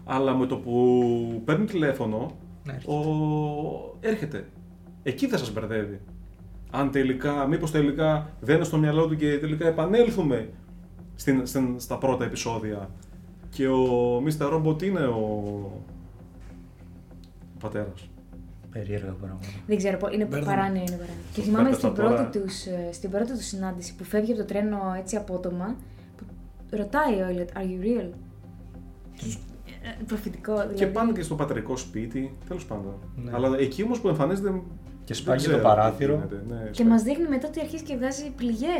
Speaker 2: αλλά με το που παίρνει τηλέφωνο,
Speaker 3: Ναι,
Speaker 2: ο... έρχεται. Εκεί θα σας μπερδεύει. Αν τελικά, μήπως τελικά δεν είναι στο μυαλό του και τελικά επανέλθουμε στην, στην, στα πρώτα επεισόδια. Και ο Mr. Robot είναι ο. ο πατέρας.
Speaker 3: Περίεργα πράγματα.
Speaker 1: Δεν ξέρω, πο- είναι
Speaker 4: Μπέρδεμα.
Speaker 1: παράνοια, είναι παράνοια. Και θυμάμαι
Speaker 2: πέτασα
Speaker 1: στην
Speaker 2: τώρα.
Speaker 1: πρώτη, τους, ε, στην πρώτη τους συνάντηση που φεύγει από το τρένο έτσι απότομα, που ρωτάει ο Elliot, are you real? Και- ε, Προφητικό, δηλαδή.
Speaker 2: Και πάνε και στο πατρικό σπίτι, τέλος πάντων.
Speaker 3: Ναι.
Speaker 2: Αλλά εκεί όμως που εμφανίζεται.
Speaker 3: Και
Speaker 2: δεν
Speaker 3: σπάγει
Speaker 2: ξέρω
Speaker 3: το
Speaker 2: τι
Speaker 3: παράθυρο.
Speaker 2: γίνεται, Ναι,
Speaker 1: Και μας δείχνει μετά ότι αρχίζει και βγάζει πληγές.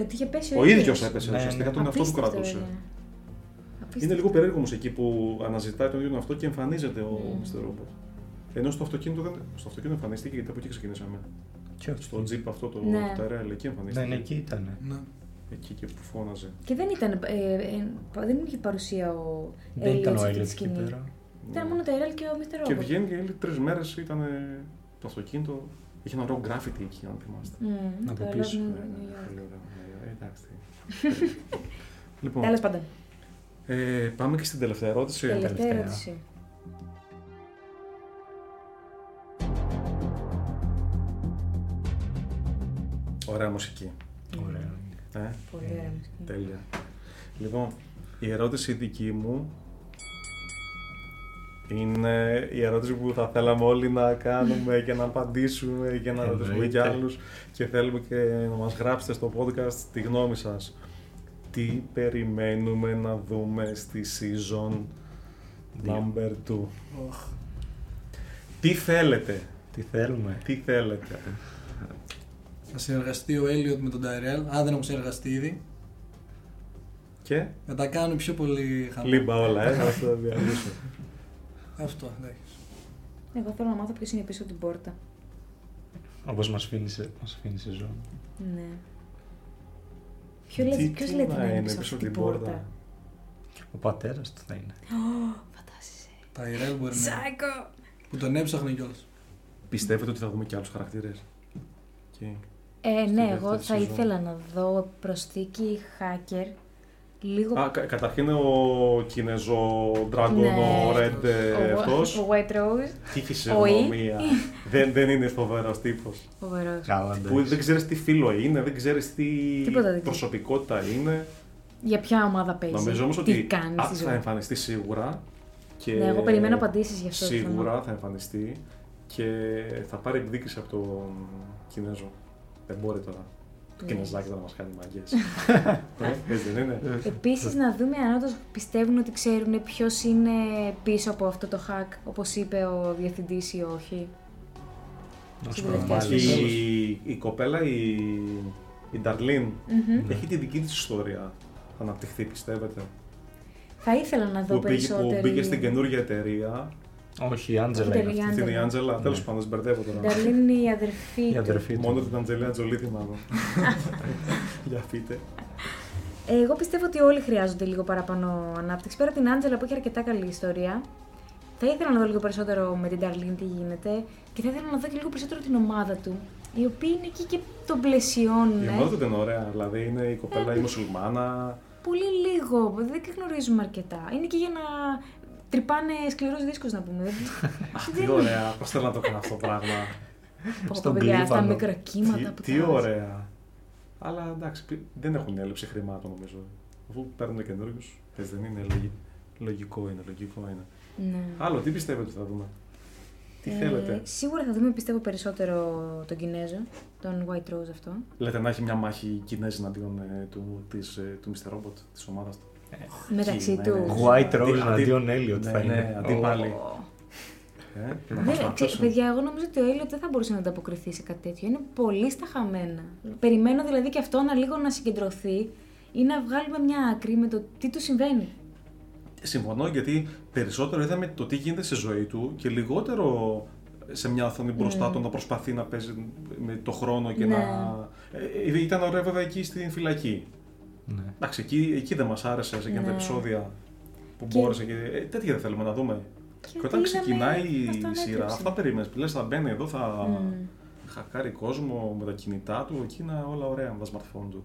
Speaker 1: Ότι είχε πέσει ο,
Speaker 2: Ο ίδιος
Speaker 1: ίδιος.
Speaker 2: έπεσε
Speaker 3: Ναι,
Speaker 2: ουσιαστικά
Speaker 3: ναι.
Speaker 2: τον εαυτό του
Speaker 1: Απίστευτο
Speaker 2: κρατούσε.
Speaker 1: είναι.
Speaker 2: Είναι
Speaker 1: Απίστευτο.
Speaker 2: λίγο περίεργο όμως εκεί που αναζητάει τον ίδιο τον αυτό και εμφανίζεται
Speaker 1: Ναι.
Speaker 2: ο Mr. Robot. Ενώ στο αυτοκίνητο, δεν... στο αυτοκίνητο εμφανίστηκε γιατί από εκεί ξεκινήσαμε.
Speaker 3: Και όχι.
Speaker 2: Στο τζιπ αυτό το
Speaker 1: Ναι.
Speaker 2: Tyrell, εκεί
Speaker 3: Ναι,
Speaker 2: εμφανίστηκε.
Speaker 3: ναι, εκεί ήταν.
Speaker 4: Ναι.
Speaker 2: Εκεί και που φώναζε.
Speaker 1: Και δεν ήταν. ε, ε, δεν είχε παρουσία ο
Speaker 3: Δεν
Speaker 1: Elliot
Speaker 3: ήταν ο
Speaker 1: σε αυτή τη
Speaker 3: Έλληνα εκεί
Speaker 1: σκηνή.
Speaker 3: πέρα.
Speaker 1: Ήταν μόνο το Ερέλ και ο Mr. Robot.
Speaker 2: Ναι. Και βγαίνει και λέει τρεις μέρες ήταν το αυτοκίνητο. Είχε ένα ρογκ graffiti εκεί, αν θυμάστε.
Speaker 1: Μμμ,
Speaker 3: Από
Speaker 1: το Errol
Speaker 3: πίσω,
Speaker 1: New-
Speaker 2: Ναι, ναι,
Speaker 1: New York.
Speaker 2: πολύ ωραίο, ναι, Εντάξει. Λοιπόν,
Speaker 1: Τέλος πάντων.
Speaker 2: ε, πάμε και στην τελευταία ερώτηση.
Speaker 1: Τελευταία
Speaker 3: τελευταία.
Speaker 1: ερώτηση.
Speaker 2: Ωραία μουσική.
Speaker 3: Ωραία.
Speaker 2: Ε,
Speaker 1: Πολύ ωραία. μουσική.
Speaker 2: τέλεια. Λοιπόν, η ερώτηση δική μου είναι η ερώτηση που θα θέλαμε όλοι να κάνουμε και να απαντήσουμε και να ρωτήσουμε
Speaker 3: Εννοείται.
Speaker 2: κι άλλους και θέλουμε και να μας γράψετε στο podcast τη γνώμη σας. Τι περιμένουμε να δούμε στη season number 2. Τι θέλετε,
Speaker 3: Τι θέλουμε.
Speaker 2: τι θέλετε.
Speaker 4: Θα συνεργαστεί ο Έλιοτ με τον Ταϊρέλ. Αν δεν έχουν συνεργαστεί ήδη,
Speaker 2: Και
Speaker 4: να τα κάνουν πιο πολύ χαμηλά.
Speaker 2: λίμπα όλα, ε, να το διαλύσουμε.
Speaker 4: Αυτό, εντάξει.
Speaker 1: Εγώ θέλω να μάθω ποιος είναι πίσω από την πόρτα.
Speaker 3: Όπως μας φίνησε μας φίνησε η ζώνη.
Speaker 1: Ναι. Ποιο λέει,
Speaker 2: Τι-
Speaker 1: ποιος
Speaker 2: τι
Speaker 1: λέει τι
Speaker 2: να
Speaker 1: να είναι
Speaker 2: είναι
Speaker 1: πίσω
Speaker 2: πίσω
Speaker 1: από την
Speaker 2: από την
Speaker 1: πόρτα.
Speaker 2: πόρτα.
Speaker 3: Ο πατέρας του θα είναι.
Speaker 1: Φαντάζεσαι.
Speaker 4: Ταϊρέλ μπορεί να είναι.
Speaker 1: Σάικο!
Speaker 4: Που τον έψαχνε κιόλας.
Speaker 2: Πιστεύετε ότι θα δούμε και άλλους χαρακτήρες. Και...
Speaker 1: Ε,
Speaker 2: Στη
Speaker 1: ναι,
Speaker 2: δεύτερη
Speaker 1: εγώ θα
Speaker 2: σεζόν.
Speaker 1: ήθελα να δω προσθήκη hacker. Λίγο.
Speaker 2: Α, κα- καταρχήν ο Κινέζο Dragon,
Speaker 1: Ναι.
Speaker 2: ο Red ε,
Speaker 1: ο,
Speaker 2: αυτός.
Speaker 1: ο White Rose.
Speaker 2: Τι έχει
Speaker 1: Ο Ι.
Speaker 2: συγγνωμία. δεν, δεν είναι φοβερός τύπος.
Speaker 1: Φοβερός.
Speaker 3: Καλά,
Speaker 2: Που δεν
Speaker 3: εντάξει.
Speaker 2: ξέρεις τι φίλο είναι, δεν ξέρεις τι
Speaker 1: Τίποτα δεν ξέρει.
Speaker 2: προσωπικότητα είναι.
Speaker 1: Για ποια ομάδα παίζει.
Speaker 2: Νομίζω όμως
Speaker 1: Τι
Speaker 2: ότι
Speaker 1: κάνει
Speaker 2: α,
Speaker 1: στη
Speaker 2: θα
Speaker 1: ζωή.
Speaker 2: εμφανιστεί σίγουρα. Και
Speaker 1: Ναι, εγώ περιμένω απαντήσεις γι' αυτό,
Speaker 2: Σίγουρα
Speaker 1: θέλω.
Speaker 2: θα εμφανιστεί και θα πάρει εκδίκηση από τον Κινέζο. Δεν μπορεί τώρα. Το
Speaker 1: Ναι.
Speaker 2: Κινέζάκι τώρα να μας κάνει μαγκέ. Έτσι δεν είναι.
Speaker 1: Επίσης, να δούμε αν όντως πιστεύουν ότι ξέρουν ποιος είναι πίσω από αυτό το hack, όπως είπε ο διευθυντής ή όχι.
Speaker 3: Να
Speaker 1: στην
Speaker 3: σου
Speaker 1: τελευταία
Speaker 3: προβάλλεις.
Speaker 2: Η, η κοπέλα, η, η Νταρλίν, έχει τη δική της ιστορία. Θα αναπτυχθεί, πιστεύετε.
Speaker 1: Θα ήθελα να δω
Speaker 2: Που πήγε,
Speaker 1: περισσότερη.
Speaker 2: που μπήκε στην καινούργια εταιρεία.
Speaker 3: Όχι, η Άντζελα
Speaker 1: Τελικά.
Speaker 3: είναι αυτή.
Speaker 2: Στην
Speaker 1: Άντζελα.
Speaker 2: η Άντζελα, τέλος πάντων, δεν μπερδεύω
Speaker 1: Η
Speaker 2: τώρα.
Speaker 1: Νταρλίν είναι η αδερφή
Speaker 3: Η
Speaker 1: του.
Speaker 3: αδερφή του.
Speaker 2: Μόνο την Αντζελία Τζολί θυμάμαι. Για πείτε.
Speaker 1: Ε, εγώ πιστεύω ότι όλοι χρειάζονται λίγο παραπάνω ανάπτυξη. Πέρα από την Άντζελα που έχει αρκετά καλή ιστορία. Θα ήθελα να δω λίγο περισσότερο με την Νταρλίν τι γίνεται και θα ήθελα να δω και λίγο περισσότερο την ομάδα του. Οι οποίοι είναι εκεί και τον πλαισιώνουν.
Speaker 2: Η ομάδα δεν είναι ωραία. Δηλαδή είναι η κοπέλα, η
Speaker 1: Ε.
Speaker 2: μουσουλμάνα.
Speaker 1: Πολύ λίγο. Δεν τη γνωρίζουμε αρκετά. Είναι και για να τρυπάνε σκληρούς δίσκους, να πούμε. Δεν-
Speaker 2: Αχ, τι ωραία. Πώς θέλω να το κάνω αυτό το πράγμα.
Speaker 1: Πω,
Speaker 3: Στον
Speaker 1: πω, παιδιά, Στα
Speaker 3: κλίβανο.
Speaker 1: μικροκύματα
Speaker 2: Τι-
Speaker 1: που
Speaker 2: Τι
Speaker 1: τα-
Speaker 2: ωραία. Αλλά εντάξει, πι- δεν έχουν έλλειψη χρημάτων νομίζω. Αφού παίρνουν καινούριους, έτσι δεν είναι. λογι- Λογικό είναι, λογικό είναι.
Speaker 1: Ναι.
Speaker 2: Άλλο, τι πιστεύετε ότι θα δούμε. Τι
Speaker 1: Ε,
Speaker 2: θέλετε.
Speaker 1: Σίγουρα θα δούμε, πιστεύω, περισσότερο τον Κινέζο, τον White Rose αυτό.
Speaker 2: Λέτε να έχει μια μάχη οι Κινέζοι εναντίον ε, του, της, ε, του Mr. Robot, της ομάδας του.
Speaker 1: Μεταξύ
Speaker 2: ναι,
Speaker 1: του.
Speaker 2: ναι.
Speaker 3: White
Speaker 2: Αντί-
Speaker 3: Rose
Speaker 2: αντί-
Speaker 3: εναντίον Elliot
Speaker 2: ναι,
Speaker 3: θα
Speaker 2: ναι,
Speaker 3: είναι.
Speaker 2: αντίπαλοι.
Speaker 1: Ω.
Speaker 2: Ε, να
Speaker 1: Ναι,
Speaker 2: προσπαθήσω.
Speaker 1: ξε- παιδιά, εγώ νομίζω ότι ο Έλιοτ δεν θα μπορούσε να ανταποκριθεί σε κάτι τέτοιο. Είναι πολύ στα χαμένα. Περιμένω δηλαδή και αυτό να λίγο να συγκεντρωθεί ή να βγάλουμε μια άκρη με το τι του συμβαίνει.
Speaker 2: Συμφωνώ γιατί περισσότερο είδαμε το τι γίνεται στη ζωή του και λιγότερο σε μια οθόνη μπροστά του να προσπαθεί να παίζει με το χρόνο και
Speaker 1: Ναι.
Speaker 2: να. Ε, ήταν ωραία βέβαια εκεί στην φυλακή.
Speaker 3: Ναι.
Speaker 2: Εντάξει, εκεί, εκεί δεν μας άρεσε σε εκείνα τα
Speaker 1: Ναι.
Speaker 2: επεισόδια που
Speaker 1: Και-
Speaker 2: μπόρεσε. Και... Ε, τέτοια δεν θέλουμε να δούμε. Και, όταν
Speaker 1: είδαμε
Speaker 2: ξεκινάει
Speaker 1: αυτό
Speaker 2: η σειρά,
Speaker 1: ανέκρυψη.
Speaker 2: αυτά περίμενες. Λες, θα μπαίνει εδώ, θα
Speaker 1: Μμμ.
Speaker 2: χακάρει κόσμο με τα κινητά του, εκείνα όλα ωραία με τα smartphone του.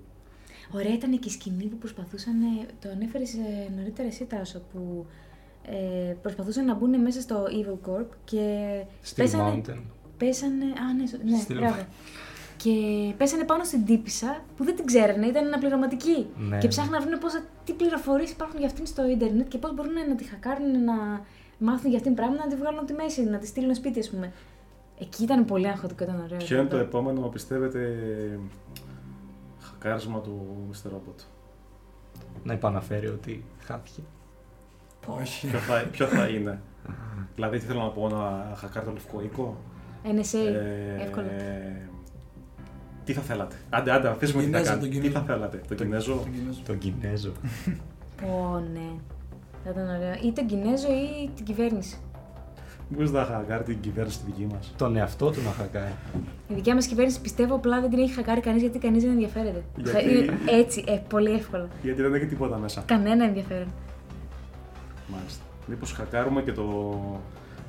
Speaker 1: Ωραία ήταν και η σκηνή που προσπαθούσαν, ε, το ανέφερες νωρίτερα εσύ Τάσο, που ε, προσπαθούσαν να μπουν μέσα στο Evil Corp και
Speaker 3: Steel
Speaker 1: πέσανε,
Speaker 3: Mountain.
Speaker 1: πέσανε, α ναι, σω- ναι,
Speaker 3: Steel
Speaker 1: μπράβο.
Speaker 3: Mountain.
Speaker 1: Και πέσανε πάνω στην τύπησα που δεν την ξέρανε, ήταν αναπληρωματική.
Speaker 3: Ναι,
Speaker 1: και
Speaker 3: ναι.
Speaker 1: ψάχναν να βρουν πόσα, τι πληροφορίες υπάρχουν για αυτήν στο ίντερνετ και πώς μπορούν να τη χακάρουν, να μάθουν για αυτήν πράγματα, να τη βγάλουν από τη μέση, να τη στείλουν σπίτι, ας πούμε. Εκεί ήταν πολύ αγχωτικό, ήταν ωραίο.
Speaker 2: Ποιο είναι το
Speaker 1: αυτό.
Speaker 2: επόμενο που πιστεύετε ε, χακάρισμα του Mr. Robot.
Speaker 3: Να επαναφέρει ότι χάθηκε.
Speaker 2: Όχι. Ποιο θα, ποιο θα είναι. δηλαδή, τι θέλω να πω, να χακάρει το λευκό οίκο.
Speaker 1: NSA,
Speaker 2: Ε,
Speaker 1: εύκολα.
Speaker 2: τι θα θέλατε. Άντε, άντε, αφήσουμε τι θα
Speaker 4: Κινέζο,
Speaker 2: κάνει.
Speaker 4: τον
Speaker 2: Τι
Speaker 4: Κινέζο.
Speaker 2: θα θέλατε. Το Κινέζο.
Speaker 4: Τον Κινέζο.
Speaker 3: Τον Κινέζο.
Speaker 1: Πω, ναι. Θα ήταν ωραίο. Ή τον Κινέζο ή την κυβέρνηση.
Speaker 2: Μήπω να χακάρει την κυβέρνηση τη δική μας.
Speaker 3: Τον εαυτό του να χακάει.
Speaker 1: Η δικιά μας κυβέρνηση πιστεύω απλά δεν την έχει χακάρει κανείς γιατί κανείς δεν ενδιαφέρεται.
Speaker 2: Γιατί-
Speaker 1: Θα- είναι Έτσι, ε, πολύ εύκολα.
Speaker 2: Γιατί δεν έχει τίποτα μέσα.
Speaker 1: Κανένα ενδιαφέρον.
Speaker 2: Μάλιστα. Μήπως χακάρουμε και το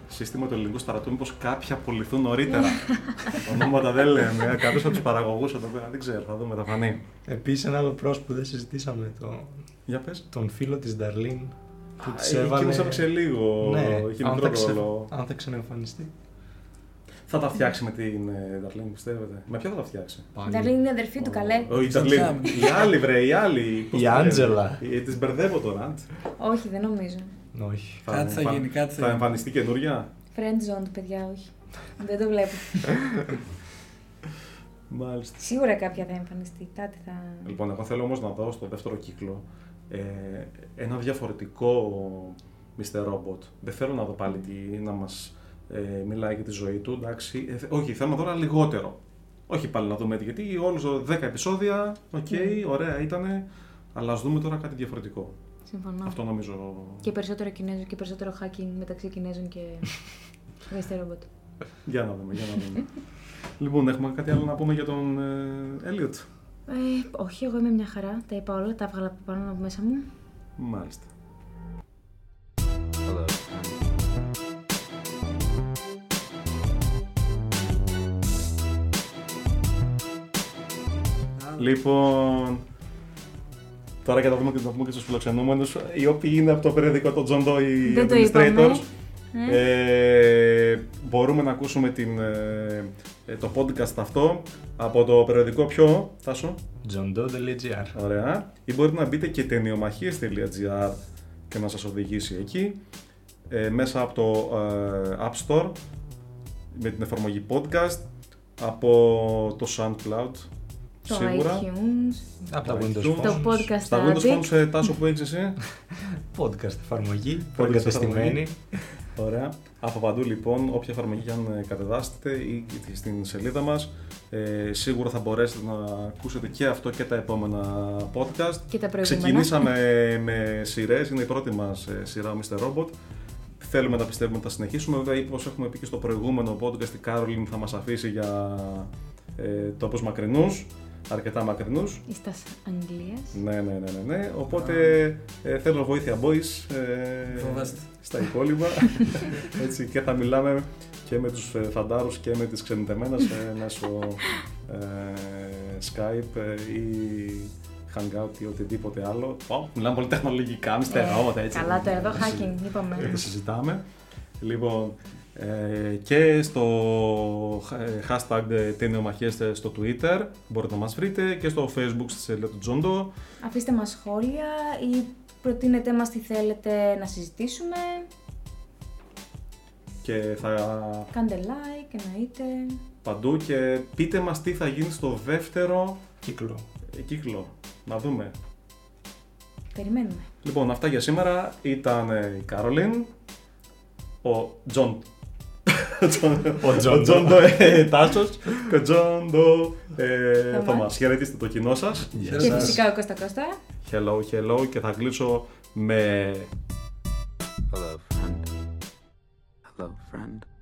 Speaker 2: σύστημα του ελληνικού στρατού, μήπως κάποιοι απολυθούν νωρίτερα. Ονόματα δεν λέμε. Κάποιος από τους παραγωγούς εδώ πέρα δεν ξέρω, θα δούμε, θα φανεί.
Speaker 3: Επίσης, ένα άλλο πρόσωπο που δεν συζητήσαμε, το...
Speaker 2: Για πες.
Speaker 3: τον φίλο της Νταρλίν. Που της έβαλε.
Speaker 2: Εκείνο έπαιξε λίγο.
Speaker 3: Ναι,
Speaker 2: είχε
Speaker 3: αν
Speaker 2: μικρό
Speaker 3: θα, ξε-
Speaker 2: ρόλο.
Speaker 3: αν θα ξαναεμφανιστεί.
Speaker 2: Θα τα φτιάξει με την ε, Darlene, πιστεύετε. Με ποια θα τα φτιάξει.
Speaker 1: Η Νταρλίν είναι αδερφή του, καλέ.
Speaker 2: Ο, η
Speaker 4: Στην
Speaker 2: Darlene.
Speaker 4: Τζάμ.
Speaker 2: η άλλη, βρε, η άλλη. πώς
Speaker 3: Η
Speaker 2: τη λένε.
Speaker 3: Άντζελα.
Speaker 2: Ε, Τις μπερδεύω τώρα.
Speaker 1: Όχι, δεν νομίζω.
Speaker 3: Ναι, Όχι.
Speaker 4: Κάτι θα
Speaker 2: εμφαν-
Speaker 4: γίνει, κάτι θα
Speaker 2: Θα
Speaker 4: γίνει.
Speaker 2: εμφανιστεί καινούρια.
Speaker 1: Friend zone, παιδιά, όχι. δεν το βλέπω.
Speaker 2: Μάλιστα.
Speaker 1: Σίγουρα κάποια θα εμφανιστεί. Κάτι θα.
Speaker 2: Λοιπόν, εγώ θέλω όμως να δω στο δεύτερο κύκλο ε, ένα διαφορετικό Mr. Robot. Δεν θέλω να δω πάλι τι, να μας ε, μιλάει για τη ζωή του, εντάξει. Ε, θε- όχι, θέλω να δω ένα λιγότερο. Όχι πάλι να δούμε, γιατί όλους 10 επεισόδια, οκ, ωραία ήτανε, αλλά ας δούμε τώρα κάτι διαφορετικό.
Speaker 1: Συμφωνώ.
Speaker 2: Αυτό νομίζω...
Speaker 1: Και περισσότερο Κινέζο και περισσότερο hacking μεταξύ Κινέζων και. Western Robot.
Speaker 2: Για να δούμε, για να δούμε. λοιπόν, έχουμε κάτι άλλο να πούμε για τον ε, Elliot.
Speaker 1: Ε, όχι, εγώ είμαι μια χαρά. Τα είπα όλα, τα έβγαλα από πάνω από μέσα μου.
Speaker 2: Μάλιστα.
Speaker 9: Hello, friend.
Speaker 2: Λοιπόν, τώρα για να δούμε και να πούμε και στους φιλοξενούμενους, οι οποίοι είναι από το περιοδικό των John Doe οι
Speaker 1: Δεν το Ναι.
Speaker 2: administrators,
Speaker 1: είπαμε.
Speaker 2: ε, μπορούμε να ακούσουμε την, ε, ε, το podcast αυτό από το περιοδικό ποιο, Τάσο,
Speaker 3: Johndoe.gr
Speaker 2: ωραία, ή μπορείτε να μπείτε και ταινιομαχίες.gr και να σας οδηγήσει εκεί, ε, μέσα από το ε, App Store, με την εφαρμογή podcast, από το SoundCloud,
Speaker 1: Το
Speaker 2: σίγουρα.
Speaker 1: iTunes.
Speaker 3: Από τα
Speaker 2: Το
Speaker 3: Windows
Speaker 2: iTunes.
Speaker 3: Phone.
Speaker 1: Το podcast
Speaker 2: Στα Windows
Speaker 1: Addict.
Speaker 2: Phone σε τάσο που έχεις εσύ.
Speaker 3: podcast εφαρμογή.
Speaker 2: Podcast
Speaker 3: Προκατεστημένη.
Speaker 2: Ωραία. Από παντού λοιπόν, όποια εφαρμογή και αν κατεδάσετε ή στην σελίδα μας, ε, σίγουρα θα μπορέσετε να ακούσετε και αυτό και τα επόμενα podcast.
Speaker 1: Και τα προηγούμενα.
Speaker 2: Ξεκινήσαμε με σειρές, είναι η πρώτη μας ε, σειρά ο Mr. Robot. Θέλουμε να πιστεύουμε ότι θα συνεχίσουμε. Βέβαια, όπως έχουμε πει και στο προηγούμενο podcast, η Κάρολιν θα μας αφήσει για ε, τόπους μακρινούς, αρκετά μακρινούς.
Speaker 1: Είσαι τα Αγγλίας.
Speaker 2: Ναι, ναι, ναι, ναι, ναι. Οπότε ε, θέλω βοήθεια, boys. Ε,
Speaker 4: Φοβάστε.
Speaker 2: Στα υπόλοιπα. Έτσι και θα μιλάμε και με τους ε, φαντάρους και με τις ξενιτεμένες ε, μέσω ε, Skype ε, ή Hangout ή οτιδήποτε άλλο. Ω, μιλάμε πολύ τεχνολογικά, μην στερεώματα έτσι.
Speaker 1: Ε, Καλά, το εδώ
Speaker 2: Δεν συζη-
Speaker 1: hacking,
Speaker 2: δεν
Speaker 1: είπαμε.
Speaker 2: το συζητάμε. Λοιπόν, ε, και στο ε, hashtag ε, ταινιομαχίες ε, στο Twitter μπορείτε να μας βρείτε και στο Facebook στη σελίδα του Τζόντο.
Speaker 1: Αφήστε μας σχόλια ή προτείνετε μας τι θέλετε να συζητήσουμε.
Speaker 2: και θα
Speaker 1: Κάντε like, εννοείται.
Speaker 2: παντού και πείτε μας τι θα γίνει στο δεύτερο
Speaker 3: Κύκλο.
Speaker 2: ε, κύκλο. Να δούμε.
Speaker 1: Περιμένουμε.
Speaker 2: Λοιπόν, αυτά για σήμερα ήταν ε, η Κάρολιν, ο Τζον
Speaker 3: Ο Τζον
Speaker 2: Ο Τζον
Speaker 3: Ντο.
Speaker 2: Ντο Τάσο και ο Τζον Ντο Θωμά. Χαιρετίστε το κοινό σας.
Speaker 1: Και φυσικά ο Κώστα Κώστα.
Speaker 2: Hello, hello και θα κλείσω με
Speaker 9: Hello, friend. Hello, friend.